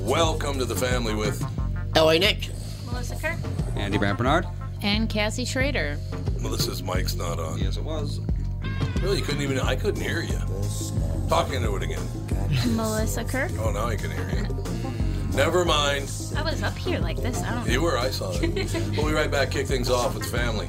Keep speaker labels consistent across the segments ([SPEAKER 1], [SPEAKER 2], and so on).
[SPEAKER 1] Welcome to the family with
[SPEAKER 2] LA Nick.
[SPEAKER 3] Melissa Kirk
[SPEAKER 4] Andy Brad Bernard.
[SPEAKER 3] and Cassie Schrader.
[SPEAKER 1] Melissa's mic's not on.
[SPEAKER 4] Yes, it was.
[SPEAKER 1] Really, you couldn't even. I couldn't hear you. Talk into it again.
[SPEAKER 3] Melissa Kirk.
[SPEAKER 1] Oh, now I can hear you. Never mind.
[SPEAKER 3] I was up here like this. I don't know.
[SPEAKER 1] You were. I saw it. We'll be right back. Kick things off with family.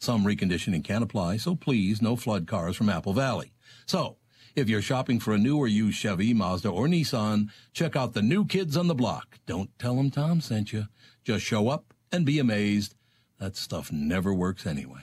[SPEAKER 1] Some reconditioning can apply, so please no flood cars from Apple Valley. So, if you're shopping for a new or used Chevy, Mazda, or Nissan, check out the new kids on the block. Don't tell them Tom sent you. Just show up and be amazed. That stuff never works anyway.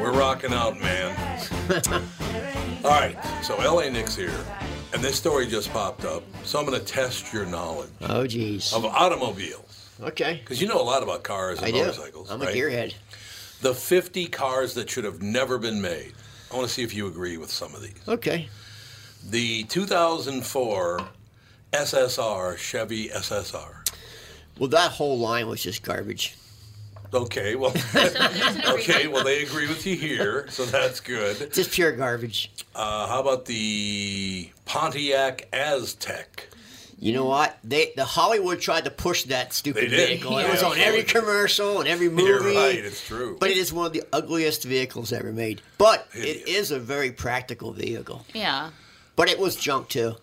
[SPEAKER 1] We're rocking out, man. All right, so LA Nick's here, and this story just popped up. So I'm going to test your knowledge
[SPEAKER 2] Oh, geez.
[SPEAKER 1] of automobiles.
[SPEAKER 2] Okay.
[SPEAKER 1] Because you know a lot about cars and
[SPEAKER 2] I do.
[SPEAKER 1] motorcycles.
[SPEAKER 2] I'm a
[SPEAKER 1] right?
[SPEAKER 2] gearhead.
[SPEAKER 1] The 50 cars that should have never been made. I want to see if you agree with some of these.
[SPEAKER 2] Okay.
[SPEAKER 1] The 2004 SSR Chevy SSR.
[SPEAKER 2] Well, that whole line was just garbage.
[SPEAKER 1] Okay, well, okay, well, they agree with you here, so that's good.
[SPEAKER 2] Just pure garbage.
[SPEAKER 1] Uh, how about the Pontiac Aztec?
[SPEAKER 2] You know what? They the Hollywood tried to push that stupid
[SPEAKER 1] They did.
[SPEAKER 2] vehicle.
[SPEAKER 1] Yeah,
[SPEAKER 2] it was on every
[SPEAKER 1] absolutely.
[SPEAKER 2] commercial and every movie.
[SPEAKER 1] You're right, it's true.
[SPEAKER 2] But it is one of the ugliest vehicles ever made. But
[SPEAKER 1] Idiot.
[SPEAKER 2] it is a very practical vehicle.
[SPEAKER 3] Yeah.
[SPEAKER 2] But it was junk too.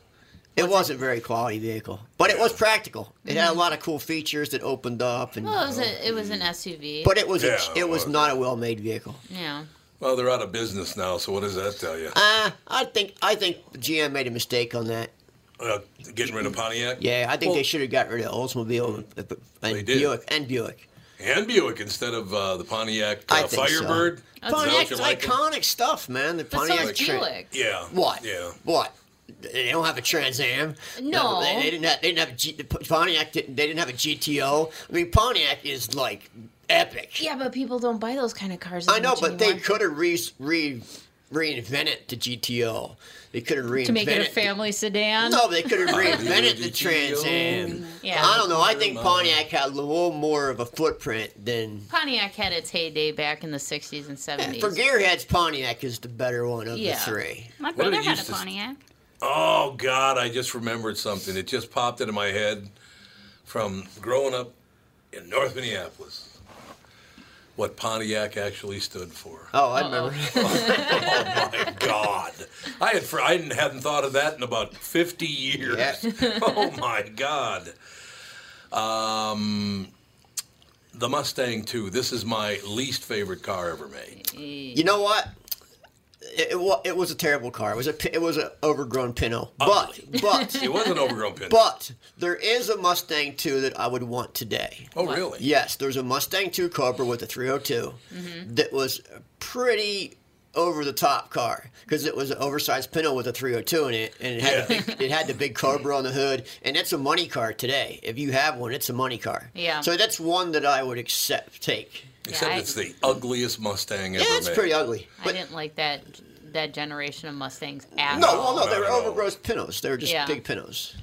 [SPEAKER 2] It wasn't a very quality vehicle, but it was practical. It had a lot of cool features that opened up, and
[SPEAKER 3] Well, it was, a, it was an SUV.
[SPEAKER 2] but it was a,
[SPEAKER 1] Yeah,
[SPEAKER 2] it was
[SPEAKER 1] well,
[SPEAKER 2] not a well-made vehicle.
[SPEAKER 3] yeah.
[SPEAKER 1] Well, they're out of business now, so what does that tell you?
[SPEAKER 2] Uh, I think I think GM made a mistake on that.
[SPEAKER 1] Uh, getting rid of Pontiac?
[SPEAKER 2] Yeah, I think
[SPEAKER 1] Well,
[SPEAKER 2] they should have got rid of Oldsmobile and,
[SPEAKER 1] did.
[SPEAKER 2] and Buick and Buick.
[SPEAKER 1] and Buick instead of uh, the Pontiac
[SPEAKER 2] I
[SPEAKER 1] uh,
[SPEAKER 2] think so.
[SPEAKER 1] Firebird. Is that what
[SPEAKER 2] Pontiac's
[SPEAKER 1] you like?
[SPEAKER 2] iconic stuff, man. The
[SPEAKER 3] But
[SPEAKER 2] Pontiac
[SPEAKER 3] so is
[SPEAKER 2] Trans-
[SPEAKER 3] Buick.
[SPEAKER 1] Yeah.
[SPEAKER 2] What?
[SPEAKER 1] Yeah.
[SPEAKER 2] What? They don't have a Trans Am.
[SPEAKER 3] No.
[SPEAKER 2] they, they didn't have. They didn't have G, Pontiac. Didn't, they didn't have a GTO. I mean, Pontiac is like epic.
[SPEAKER 3] Yeah, but people don't buy those kind of cars. as
[SPEAKER 2] I know,
[SPEAKER 3] much
[SPEAKER 2] but they
[SPEAKER 3] anymore.
[SPEAKER 2] could have re, re reinvented the GTO. They could have reinvented
[SPEAKER 3] to make it a family sedan.
[SPEAKER 2] No, they could have reinvented the
[SPEAKER 1] GTO.
[SPEAKER 2] Trans Am.
[SPEAKER 3] Yeah.
[SPEAKER 2] I don't know. I think Pontiac had a little more of a footprint than
[SPEAKER 3] Pontiac had its heyday back in the '60s and '70s.
[SPEAKER 2] For gearheads, Pontiac is the better one of
[SPEAKER 3] Yeah.
[SPEAKER 2] the three.
[SPEAKER 5] My
[SPEAKER 1] What did
[SPEAKER 5] brother
[SPEAKER 1] it
[SPEAKER 5] had a
[SPEAKER 1] used to s-
[SPEAKER 5] Pontiac.
[SPEAKER 1] Oh God, I just remembered something. It just popped into my head from growing up in North Minneapolis. What Pontiac actually stood for.
[SPEAKER 2] Oh, I remember.
[SPEAKER 1] Oh my God! I had for, I didn't, hadn't thought of that in about fifty years.
[SPEAKER 2] Yeah.
[SPEAKER 1] oh my God! Um, the Mustang too. This is my least favorite car ever made.
[SPEAKER 2] You know what? It, it, wa- it was a terrible car. It was a pi- it was an overgrown Pinot. But but
[SPEAKER 1] It was an overgrown pin.
[SPEAKER 2] but there is a Mustang 2 that I would want today.
[SPEAKER 1] oh really?
[SPEAKER 2] Yes, there's a Mustang 2 Cobra with a 302
[SPEAKER 3] Mm-hmm.
[SPEAKER 2] that was a pretty over the top car because it was an oversized Pinot with a 302 in it, and it had
[SPEAKER 1] Yeah.
[SPEAKER 2] the big, it had the big Cobra on the hood, and that's a money car today. If you have one, it's a money car.
[SPEAKER 3] Yeah.
[SPEAKER 2] So that's one that I would accept take.
[SPEAKER 1] Except
[SPEAKER 3] I-
[SPEAKER 1] it's the ugliest Mustang ever
[SPEAKER 2] Yeah, it's
[SPEAKER 1] made.
[SPEAKER 2] pretty ugly.
[SPEAKER 3] I
[SPEAKER 2] But
[SPEAKER 3] didn't like that that generation of Mustangs at
[SPEAKER 2] no,
[SPEAKER 3] all.
[SPEAKER 2] well, no,
[SPEAKER 1] No,
[SPEAKER 2] they were
[SPEAKER 1] no.
[SPEAKER 2] overgrown Pinots. They were just
[SPEAKER 3] Yeah.
[SPEAKER 2] big Pinots.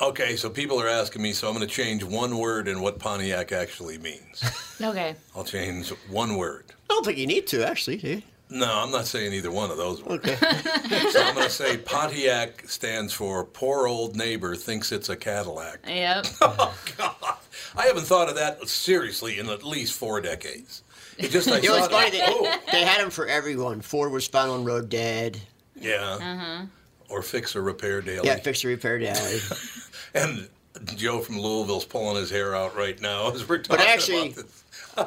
[SPEAKER 1] Okay, so people are asking me, so I'm going to change one word in what Pontiac actually means.
[SPEAKER 3] Okay.
[SPEAKER 1] I'll change one word.
[SPEAKER 2] I don't think you need to actually. eh?
[SPEAKER 1] No, I'm not saying either one of those words.
[SPEAKER 2] Okay.
[SPEAKER 1] So I'm going to say Pontiac stands for poor old neighbor thinks it's a Cadillac.
[SPEAKER 3] Yep.
[SPEAKER 1] I haven't thought of that seriously in at least four decades. It just I
[SPEAKER 2] You know, it's
[SPEAKER 1] thought,
[SPEAKER 2] funny that
[SPEAKER 1] oh,
[SPEAKER 2] they had them for everyone. Ford was found on road dead.
[SPEAKER 1] yeah, or fix or repair daily.
[SPEAKER 2] Uh-huh. Yeah, fix and repair daily.
[SPEAKER 1] and Joe from Louisville's pulling his hair out right now as we're talking
[SPEAKER 2] But actually,
[SPEAKER 1] about this.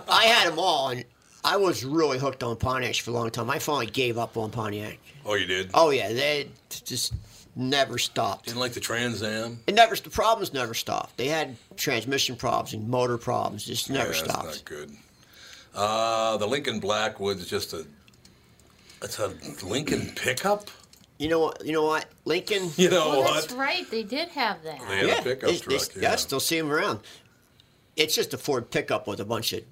[SPEAKER 2] I had them all, and I was really hooked on Pontiacs for a long time. I finally gave up on Pontiac.
[SPEAKER 1] Oh, you did?
[SPEAKER 2] Oh yeah, they t- just never stopped.
[SPEAKER 1] Didn't like the Trans Am.
[SPEAKER 2] It never the problems never stopped. They had transmission problems and motor problems. Just
[SPEAKER 1] Yeah,
[SPEAKER 2] never
[SPEAKER 1] that's
[SPEAKER 2] stopped.
[SPEAKER 1] not good. Uh, the Lincoln Blackwood's just a. It's a Lincoln pickup.
[SPEAKER 2] You know what? You know what? Lincoln.
[SPEAKER 1] You know
[SPEAKER 3] Oh,
[SPEAKER 1] what?
[SPEAKER 3] that's right. They did have that.
[SPEAKER 1] They had a pickup
[SPEAKER 2] they- they-
[SPEAKER 1] truck.
[SPEAKER 2] I
[SPEAKER 1] yeah.
[SPEAKER 2] still see them around. It's just a Ford pickup with a bunch of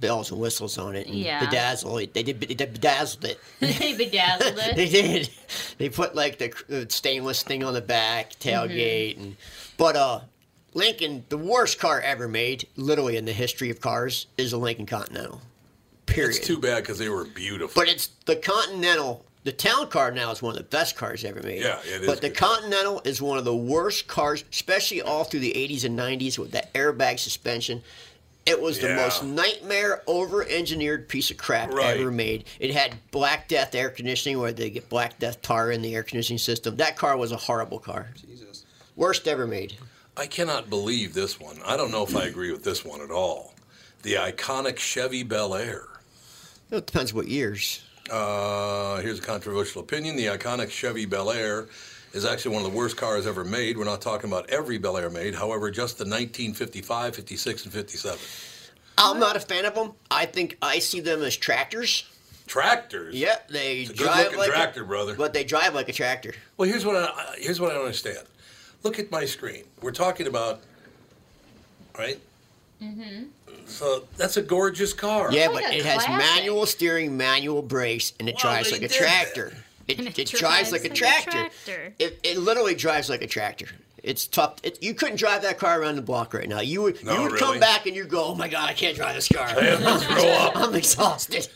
[SPEAKER 2] bells and whistles on it. And
[SPEAKER 3] Yeah.
[SPEAKER 2] Bedazzled. it. They did. They bedazzled it.
[SPEAKER 3] they bedazzled
[SPEAKER 2] They
[SPEAKER 3] it.
[SPEAKER 2] did. They put like the, the stainless thing on the back, tailgate, and but uh, Lincoln, the worst car ever made, literally in the history of cars, is a Lincoln Continental. Period.
[SPEAKER 1] it's too bad because they were beautiful.
[SPEAKER 2] but it's the Continental. The town car now is one of the best cars ever made.
[SPEAKER 1] Yeah, it is
[SPEAKER 2] But the
[SPEAKER 1] good.
[SPEAKER 2] Continental is one of the worst cars, especially all through the 80s and 90s with that airbag suspension. It was the
[SPEAKER 1] Yeah.
[SPEAKER 2] most nightmare over engineered piece of crap
[SPEAKER 1] Right.
[SPEAKER 2] ever made. It had Black Death air conditioning where they get Black Death tar in the air conditioning system. That car was a horrible car. Jesus. Worst ever made.
[SPEAKER 1] I cannot believe this one. I don't know if I agree with this one at all. The iconic Chevy Bel Air.
[SPEAKER 2] It depends what years.
[SPEAKER 1] Uh, here's a controversial opinion. The iconic Chevy Bel Air is actually one of the worst cars ever made. We're not talking about every Bel Air made, however, just the 1955, 56, and 57.
[SPEAKER 2] I'm not a fan of them. I think I see them as tractors.
[SPEAKER 1] Tractors.
[SPEAKER 2] Yep, they
[SPEAKER 1] a
[SPEAKER 2] drive
[SPEAKER 1] good-looking
[SPEAKER 2] like
[SPEAKER 1] tractor,
[SPEAKER 2] a,
[SPEAKER 1] brother.
[SPEAKER 2] But they drive like a tractor.
[SPEAKER 1] Well, here's what I here's what I don't understand. Look at my screen. We're talking about, right? Mm-hmm. So that's a gorgeous car.
[SPEAKER 2] Yeah,
[SPEAKER 3] like
[SPEAKER 2] but
[SPEAKER 3] a
[SPEAKER 2] it has
[SPEAKER 3] classic.
[SPEAKER 2] manual steering, manual brakes, and it
[SPEAKER 1] Well,
[SPEAKER 2] drives
[SPEAKER 1] they
[SPEAKER 2] like a
[SPEAKER 1] did
[SPEAKER 2] tractor. It,
[SPEAKER 3] And
[SPEAKER 2] it,
[SPEAKER 3] it
[SPEAKER 2] drives
[SPEAKER 3] drives
[SPEAKER 2] like a
[SPEAKER 3] like a
[SPEAKER 2] tractor.
[SPEAKER 5] tractor.
[SPEAKER 2] It, it literally drives like a tractor. It's tough. It, you couldn't drive that car around the block right now. You would
[SPEAKER 1] No,
[SPEAKER 2] you would
[SPEAKER 1] really.
[SPEAKER 2] come back and you go, oh my god, I can't drive this car.
[SPEAKER 1] Throw up.
[SPEAKER 2] I'm exhausted.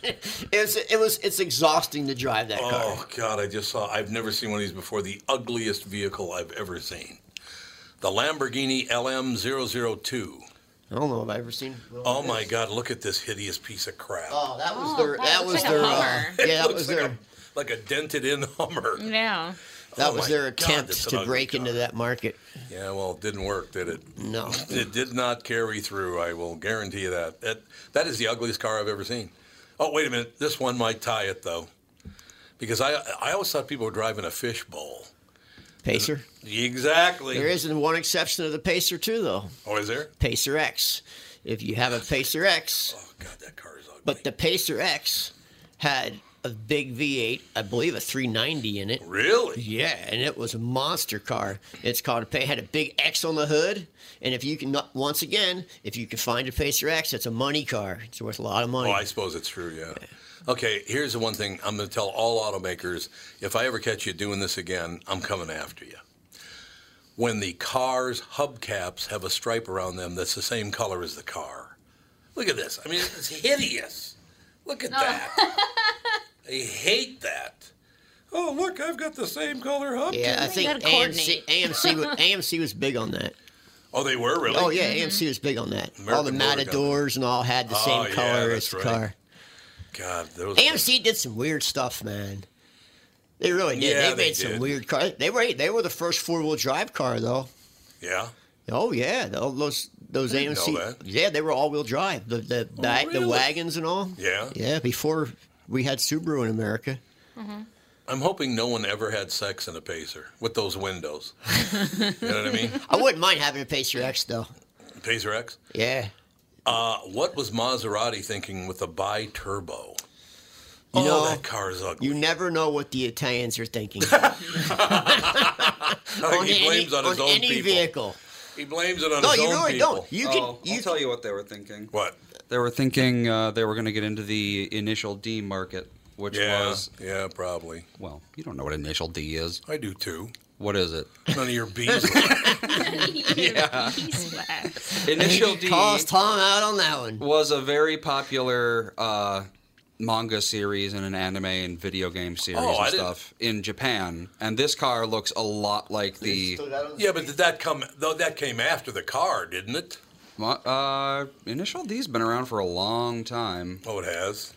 [SPEAKER 2] it's it was it's exhausting to drive that car.
[SPEAKER 1] Oh God, I just saw. I've never seen one of these before. The ugliest vehicle I've ever seen. The Lamborghini LM002.
[SPEAKER 2] I don't know if I've ever seen.
[SPEAKER 1] Oh my God! Look at this hideous piece of crap.
[SPEAKER 2] Oh, that was
[SPEAKER 3] Oh,
[SPEAKER 2] their.
[SPEAKER 3] that
[SPEAKER 2] That
[SPEAKER 3] looks
[SPEAKER 2] was
[SPEAKER 3] like a
[SPEAKER 2] their. uh,
[SPEAKER 3] Hummer.
[SPEAKER 2] yeah, that
[SPEAKER 1] Looks
[SPEAKER 2] was Mm.
[SPEAKER 1] like
[SPEAKER 2] their.
[SPEAKER 1] a, like a dented-in Hummer.
[SPEAKER 3] Yeah.
[SPEAKER 2] That
[SPEAKER 1] Oh
[SPEAKER 2] was
[SPEAKER 1] my
[SPEAKER 2] their
[SPEAKER 1] God, that's
[SPEAKER 2] attempt
[SPEAKER 1] an
[SPEAKER 2] to
[SPEAKER 1] ugly
[SPEAKER 2] break into
[SPEAKER 1] car.
[SPEAKER 2] that market.
[SPEAKER 1] Yeah, well, it didn't work, did it?
[SPEAKER 2] No.
[SPEAKER 1] It did not carry through. I will guarantee you that. That that is the ugliest car I've ever seen. Oh wait a minute, this one might tie it though, because I I always thought people were driving a fishbowl.
[SPEAKER 2] Pacer.
[SPEAKER 1] Exactly.
[SPEAKER 2] There is one exception to the Pacer too, though.
[SPEAKER 1] Oh, is there?
[SPEAKER 2] Pacer X. If you have a Pacer X,
[SPEAKER 1] Oh God, that car is ugly.
[SPEAKER 2] but the Pacer X had a big V8, I believe a 390 in it.
[SPEAKER 1] really?
[SPEAKER 2] Yeah, and it was a monster car. It's called a Pacer. Had a big X on the hood, and if you can, once again, if you can find a Pacer X, it's a money car. It's worth a lot of money.
[SPEAKER 1] Oh, I suppose it's true. Yeah. Okay. Here's the one thing I'm going to tell all automakers: if I ever catch you doing this again, I'm coming after you. When the car's hubcaps have a stripe around them that's the same color as the car. Look at this. I mean, it's hideous. Look at that. I hate that. Oh, look, I've got the same color hubcap.
[SPEAKER 2] yeah, I think
[SPEAKER 6] gotta
[SPEAKER 2] AMC,
[SPEAKER 6] coordinate.
[SPEAKER 2] AMC, was, AMC was big on that.
[SPEAKER 1] Oh, they were really.
[SPEAKER 2] Oh yeah, AMC was big on that. all the
[SPEAKER 1] American Motor Company.
[SPEAKER 2] Matadors and all had the
[SPEAKER 1] Oh,
[SPEAKER 2] same
[SPEAKER 1] yeah,
[SPEAKER 2] color
[SPEAKER 1] that's
[SPEAKER 2] as the
[SPEAKER 1] right.
[SPEAKER 2] car.
[SPEAKER 1] God, those.
[SPEAKER 2] AMC did some weird stuff, man. They really did.
[SPEAKER 1] Yeah,
[SPEAKER 2] they made
[SPEAKER 1] they
[SPEAKER 2] some
[SPEAKER 1] did.
[SPEAKER 2] weird cars. They were they were the first four wheel drive car though.
[SPEAKER 1] Yeah.
[SPEAKER 2] Oh yeah, all those those
[SPEAKER 1] didn't know
[SPEAKER 2] AMC.
[SPEAKER 1] that. Oh,
[SPEAKER 2] Yeah, they were all wheel drive. The the the, the
[SPEAKER 1] really?
[SPEAKER 2] wagons and all.
[SPEAKER 1] Yeah.
[SPEAKER 2] Yeah, before we had Subaru in America.
[SPEAKER 1] I'm hoping no one ever had sex in a pacer with those windows. you know what I mean?
[SPEAKER 2] I wouldn't mind having a Pacer X though.
[SPEAKER 1] Pacer X.
[SPEAKER 2] Yeah.
[SPEAKER 1] Uh, what was Maserati thinking with the bi turbo?
[SPEAKER 2] You
[SPEAKER 1] oh,
[SPEAKER 2] know,
[SPEAKER 1] that car is ugly.
[SPEAKER 2] You never know what the Italians are thinking.
[SPEAKER 1] I think
[SPEAKER 2] on
[SPEAKER 1] he
[SPEAKER 2] any,
[SPEAKER 1] blames on his
[SPEAKER 2] on
[SPEAKER 1] own
[SPEAKER 2] any
[SPEAKER 1] people.
[SPEAKER 2] vehicle.
[SPEAKER 1] He blames it on
[SPEAKER 2] No,
[SPEAKER 1] his
[SPEAKER 2] you
[SPEAKER 1] own
[SPEAKER 2] really
[SPEAKER 1] people.
[SPEAKER 2] don't. You can
[SPEAKER 4] oh,
[SPEAKER 2] you
[SPEAKER 4] I'll tell you what they were thinking.
[SPEAKER 1] What?
[SPEAKER 4] They were thinking uh, they were going to get into the initial D market, which
[SPEAKER 1] Yeah,
[SPEAKER 4] was
[SPEAKER 1] yeah, probably.
[SPEAKER 4] well, you don't know what initial D is.
[SPEAKER 1] I do too.
[SPEAKER 4] What is it?
[SPEAKER 1] None of your bees.
[SPEAKER 6] yeah. He's wax.
[SPEAKER 4] Initial D
[SPEAKER 2] calls Tom out on that one.
[SPEAKER 4] was a very popular uh, manga series and an anime and video game series
[SPEAKER 1] Oh, I
[SPEAKER 4] and
[SPEAKER 1] didn't-
[SPEAKER 4] stuff in Japan. And this car looks a lot like the
[SPEAKER 1] yeah, but did that come? Though that came after the car, didn't it?
[SPEAKER 4] uh, initial D's been around for a long time.
[SPEAKER 1] Oh, it has.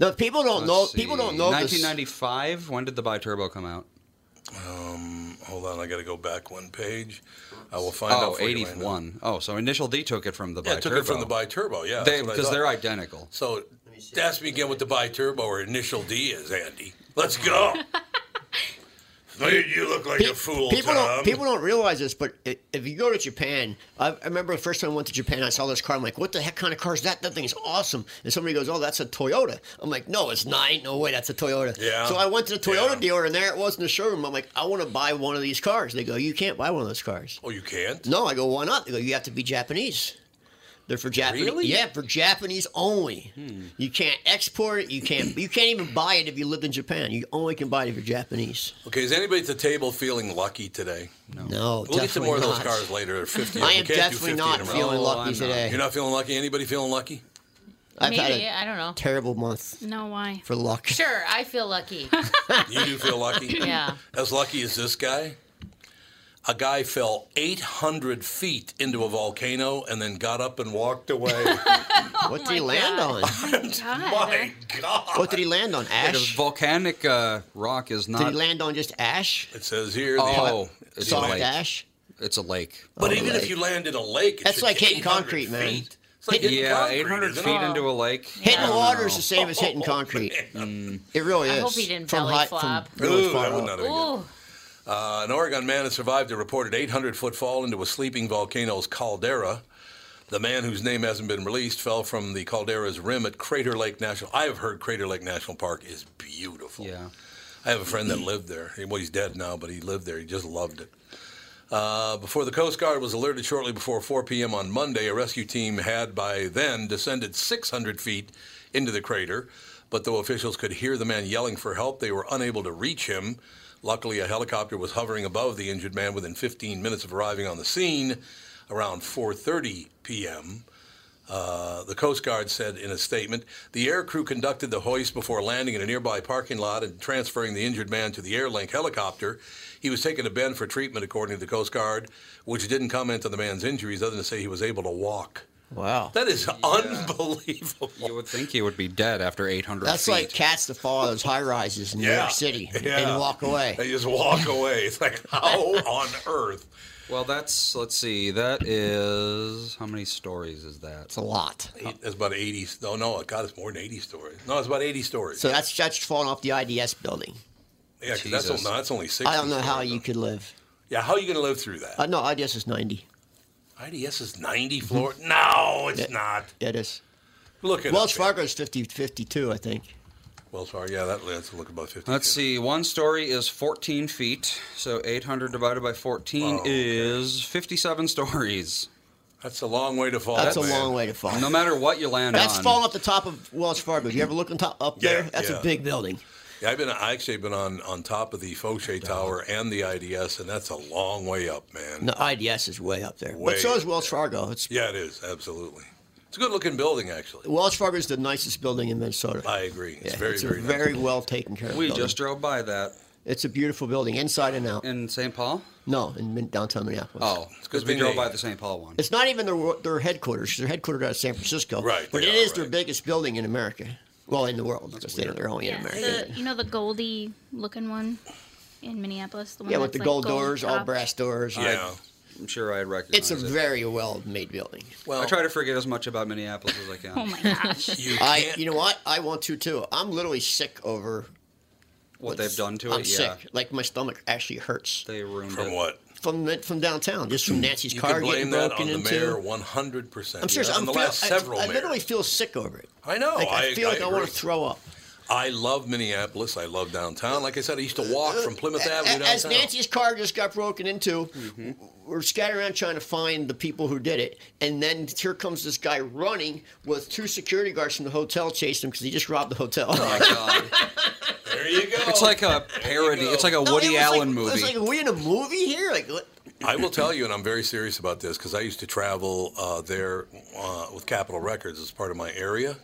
[SPEAKER 2] No, people don't know.
[SPEAKER 4] Let's
[SPEAKER 2] People
[SPEAKER 4] see.
[SPEAKER 2] don't know. this-
[SPEAKER 4] 1995. When did the biturbo come out?
[SPEAKER 1] Hold on, I got to go back one page. I will find
[SPEAKER 4] Oh,
[SPEAKER 1] out. for you right now.
[SPEAKER 4] 81. Oh, so Initial D took it from the
[SPEAKER 1] Yeah,
[SPEAKER 4] biturbo.
[SPEAKER 1] it took it from the bi turbo. Yeah, that's
[SPEAKER 4] They-
[SPEAKER 1] what I
[SPEAKER 4] because
[SPEAKER 1] thought.
[SPEAKER 4] they're identical.
[SPEAKER 1] So ask me again what the bi turbo or initial D is, Andy. Let's go. Dude, you look like
[SPEAKER 2] Pe-
[SPEAKER 1] a fool,
[SPEAKER 2] people
[SPEAKER 1] Tom.
[SPEAKER 2] don't people don't realize this, but i- if you go to Japan, I, I remember the first time I went to Japan, I saw this car. I'm like, "What the heck kind of car is that? That thing is awesome!" And somebody goes, "Oh, that's a Toyota." I'm like, "No, it's not. Ain't no way, that's a Toyota."
[SPEAKER 1] Yeah.
[SPEAKER 2] So I went to the
[SPEAKER 1] Yeah.
[SPEAKER 2] Toyota dealer, and there it was in the showroom. I'm like, "I want to buy one of these cars." They go, "You can't buy one of those cars."
[SPEAKER 1] Oh, you can't.
[SPEAKER 2] No, I go, "Why not?" They go, "You have to be Japanese." They're for Japanese.
[SPEAKER 1] Really? Hmm.
[SPEAKER 2] Yeah, for Japanese only. You can't export it. You can't. You can't even buy it if you lived in Japan. You only can buy it if you're Japanese.
[SPEAKER 1] Okay, is anybody at the table feeling lucky today?
[SPEAKER 2] No,
[SPEAKER 1] We'll get some more of those
[SPEAKER 2] definitely not.
[SPEAKER 1] cars later. They're 50.
[SPEAKER 2] I
[SPEAKER 1] We
[SPEAKER 2] am
[SPEAKER 1] can't do
[SPEAKER 2] definitely
[SPEAKER 1] 50 in
[SPEAKER 2] not
[SPEAKER 1] a row.
[SPEAKER 2] feeling
[SPEAKER 4] Oh,
[SPEAKER 2] lucky
[SPEAKER 4] I'm not.
[SPEAKER 2] today.
[SPEAKER 1] You're not feeling lucky. Anybody feeling lucky?
[SPEAKER 2] I've had
[SPEAKER 6] Maybe.
[SPEAKER 2] a
[SPEAKER 6] I don't know.
[SPEAKER 2] terrible month
[SPEAKER 3] No, why?
[SPEAKER 2] for luck.
[SPEAKER 6] Sure, I feel lucky.
[SPEAKER 1] You do feel lucky.
[SPEAKER 6] Yeah.
[SPEAKER 1] As lucky as this guy. A guy fell 800 feet into a volcano and then got up and walked away.
[SPEAKER 2] what did
[SPEAKER 6] Oh my
[SPEAKER 2] he land
[SPEAKER 6] God.
[SPEAKER 2] on?
[SPEAKER 1] My God.
[SPEAKER 2] What did he land on?
[SPEAKER 4] The
[SPEAKER 2] Ash?
[SPEAKER 4] volcanic uh, rock is
[SPEAKER 2] Did
[SPEAKER 4] not.
[SPEAKER 2] he land on just ash?
[SPEAKER 1] It says here. the-
[SPEAKER 4] oh, it's a
[SPEAKER 2] Soft
[SPEAKER 4] lake.
[SPEAKER 2] ash?
[SPEAKER 4] It's a lake.
[SPEAKER 1] But
[SPEAKER 2] Oh,
[SPEAKER 1] even
[SPEAKER 2] right.
[SPEAKER 1] if you land in a lake, it
[SPEAKER 2] That's
[SPEAKER 1] should
[SPEAKER 2] like
[SPEAKER 1] be
[SPEAKER 2] hitting
[SPEAKER 1] 800
[SPEAKER 2] concrete, man.
[SPEAKER 1] feet. It's like hitting
[SPEAKER 4] Yeah,
[SPEAKER 1] concrete, Oh,
[SPEAKER 4] 800
[SPEAKER 1] isn't
[SPEAKER 4] feet
[SPEAKER 1] it?
[SPEAKER 4] into a lake.
[SPEAKER 2] Hitting
[SPEAKER 4] I
[SPEAKER 2] the
[SPEAKER 4] don't
[SPEAKER 2] water
[SPEAKER 4] know.
[SPEAKER 2] is the same as hitting concrete. It really is.
[SPEAKER 6] I hope he didn't
[SPEAKER 2] From
[SPEAKER 6] belly
[SPEAKER 2] high-
[SPEAKER 6] flop.
[SPEAKER 2] From really
[SPEAKER 1] Ooh,
[SPEAKER 2] far
[SPEAKER 1] that would
[SPEAKER 2] up.
[SPEAKER 1] not have been good.
[SPEAKER 6] Ooh,
[SPEAKER 1] Uh, an Oregon man has survived a reported 800 foot fall into a sleeping volcano's caldera. The man whose name hasn't been released fell from the caldera's rim at Crater Lake National. I have heard Crater Lake National Park is beautiful.
[SPEAKER 4] Yeah.
[SPEAKER 1] I have a friend that lived there. He- Well, he's dead now, but he lived there. He just loved it. Uh, before the Coast Guard was alerted shortly before 4 p.m. on Monday, a rescue team had by then descended 600 feet into the crater. But though officials could hear the man yelling for help, they were unable to reach him. Luckily, a helicopter was hovering above the injured man within 15 minutes of arriving on the scene around 4:30 p.m. Uh, the Coast Guard said in a statement, the air crew conducted the hoist before landing in a nearby parking lot and transferring the injured man to the Airlink helicopter. He was taken to Bend for treatment, according to the Coast Guard, which didn't comment on the man's injuries other than to say he was able to walk.
[SPEAKER 2] Wow.
[SPEAKER 1] That is unbelievable.
[SPEAKER 4] You would think he would be dead after 800
[SPEAKER 2] That's
[SPEAKER 4] feet.
[SPEAKER 2] like cats that fall out of those high rises in New
[SPEAKER 1] Yeah.
[SPEAKER 2] York City
[SPEAKER 1] Yeah.
[SPEAKER 2] and walk away.
[SPEAKER 1] They just walk away. It's like, how on earth?
[SPEAKER 4] Well, that's let's see. That is how many stories is that?
[SPEAKER 2] It's a lot.
[SPEAKER 1] That's about 80. No, no, God, it's more than 80 stories. No, it's about 80 stories.
[SPEAKER 2] So that's just falling off the IDS building.
[SPEAKER 1] yeah, 'cause that's,
[SPEAKER 4] Jesus.
[SPEAKER 1] no, that's only 60.
[SPEAKER 2] I don't know how
[SPEAKER 1] stories,
[SPEAKER 2] you
[SPEAKER 1] though.
[SPEAKER 2] could live.
[SPEAKER 1] Yeah, how are you going to live through that?
[SPEAKER 2] Uh, no, IDS is 90.
[SPEAKER 1] IDS is 90 floor. No, it's
[SPEAKER 2] Yeah.
[SPEAKER 1] not.
[SPEAKER 2] Yeah, it is.
[SPEAKER 1] Look at
[SPEAKER 2] Wells Fargo is 50, 52, I think.
[SPEAKER 1] Wells Fargo. Yeah, that, that's look about 50.
[SPEAKER 4] Let's see. One story is 14 feet, so 800 divided by 14 is 57 stories.
[SPEAKER 1] That's a long way to fall.
[SPEAKER 2] That's a
[SPEAKER 1] man.
[SPEAKER 2] long way to fall.
[SPEAKER 4] No matter what you land
[SPEAKER 2] That's
[SPEAKER 4] on.
[SPEAKER 2] falling off the top of Wells Fargo. You ever look on top up there?
[SPEAKER 1] Yeah,
[SPEAKER 2] That's
[SPEAKER 1] yeah.
[SPEAKER 2] a big building.
[SPEAKER 1] Yeah, I've been. I actually been on on top of the Fauché Tower and the IDS, and that's a long way up, man.
[SPEAKER 2] No, IDS is way up there.
[SPEAKER 1] Way
[SPEAKER 2] but so
[SPEAKER 1] up
[SPEAKER 2] is Wells Fargo. It's
[SPEAKER 1] Yeah, it is absolutely. It's a good looking building, actually.
[SPEAKER 2] Wells Fargo is the nicest building in Minnesota.
[SPEAKER 1] I agree. It's
[SPEAKER 2] Yeah,
[SPEAKER 1] very
[SPEAKER 2] it's
[SPEAKER 1] very
[SPEAKER 2] a
[SPEAKER 1] nice.
[SPEAKER 2] very well taken care of.
[SPEAKER 4] We
[SPEAKER 2] building.
[SPEAKER 4] just drove by that
[SPEAKER 2] it's a beautiful building, inside and out.
[SPEAKER 4] in St. Paul.
[SPEAKER 2] no, in min- downtown Minneapolis.
[SPEAKER 4] Oh, because we
[SPEAKER 1] they-
[SPEAKER 4] drove by the St. Paul one.
[SPEAKER 2] It's not even their, their headquarters. They're headquartered out of San Francisco.
[SPEAKER 1] Right,
[SPEAKER 2] But
[SPEAKER 1] they
[SPEAKER 2] it
[SPEAKER 1] are,
[SPEAKER 2] is their
[SPEAKER 1] right.
[SPEAKER 2] biggest building in America. Well, in the world. Because they, they're only in
[SPEAKER 6] Yeah,
[SPEAKER 2] America.
[SPEAKER 6] the, you know the goldy looking one in Minneapolis. The one
[SPEAKER 2] yeah,
[SPEAKER 6] that's
[SPEAKER 2] with the
[SPEAKER 6] like
[SPEAKER 2] gold doors, all
[SPEAKER 6] top.
[SPEAKER 2] brass doors.
[SPEAKER 1] Yeah.
[SPEAKER 4] I'm sure I'd
[SPEAKER 2] It's
[SPEAKER 4] recognize
[SPEAKER 2] a
[SPEAKER 4] it.
[SPEAKER 2] very well made building.
[SPEAKER 1] Well,
[SPEAKER 4] I try to forget as much about Minneapolis as I can.
[SPEAKER 6] Oh my gosh!
[SPEAKER 1] You
[SPEAKER 2] I,
[SPEAKER 1] can't-
[SPEAKER 2] you know what? I want to too. I'm literally sick over
[SPEAKER 4] what they've done to
[SPEAKER 2] I'm
[SPEAKER 4] it, yeah.
[SPEAKER 2] sick. Like my stomach actually hurts
[SPEAKER 4] They ruined
[SPEAKER 1] from
[SPEAKER 4] it.
[SPEAKER 1] what?
[SPEAKER 2] from the- from downtown, just from Nancy's
[SPEAKER 1] You
[SPEAKER 2] car
[SPEAKER 1] can blame
[SPEAKER 2] getting
[SPEAKER 1] that
[SPEAKER 2] broken
[SPEAKER 1] on the
[SPEAKER 2] into.
[SPEAKER 1] mayor 100. percent
[SPEAKER 2] I'm serious.
[SPEAKER 1] On
[SPEAKER 2] I'm
[SPEAKER 1] the
[SPEAKER 2] feel-
[SPEAKER 1] last
[SPEAKER 2] I-
[SPEAKER 1] several
[SPEAKER 2] I,
[SPEAKER 1] mayors.
[SPEAKER 2] literally feel sick over it.
[SPEAKER 1] I know.
[SPEAKER 2] Like, I,
[SPEAKER 1] I
[SPEAKER 2] feel like I, want to
[SPEAKER 1] agree.
[SPEAKER 2] throw up.
[SPEAKER 1] I love Minneapolis. I love downtown. Like I said, I used to walk from Plymouth
[SPEAKER 2] A-
[SPEAKER 1] Avenue
[SPEAKER 2] Uh, As
[SPEAKER 1] downtown.
[SPEAKER 2] Nancy's car just got broken into, we're scattered around trying to find the people who did it, and then here comes this guy running with two security guards from the hotel chasing him because he just robbed the hotel.
[SPEAKER 4] Oh my God.
[SPEAKER 1] there you go.
[SPEAKER 4] It's like a parody.
[SPEAKER 1] go.
[SPEAKER 4] It's like a
[SPEAKER 2] No, it
[SPEAKER 4] Woody
[SPEAKER 2] was
[SPEAKER 4] Allen
[SPEAKER 2] like,
[SPEAKER 4] movie.
[SPEAKER 2] It's like, are we in a movie here? Like, what?
[SPEAKER 1] I will tell you, and I'm very serious about this because I used to travel uh, there uh, with Capitol Records as part of my area.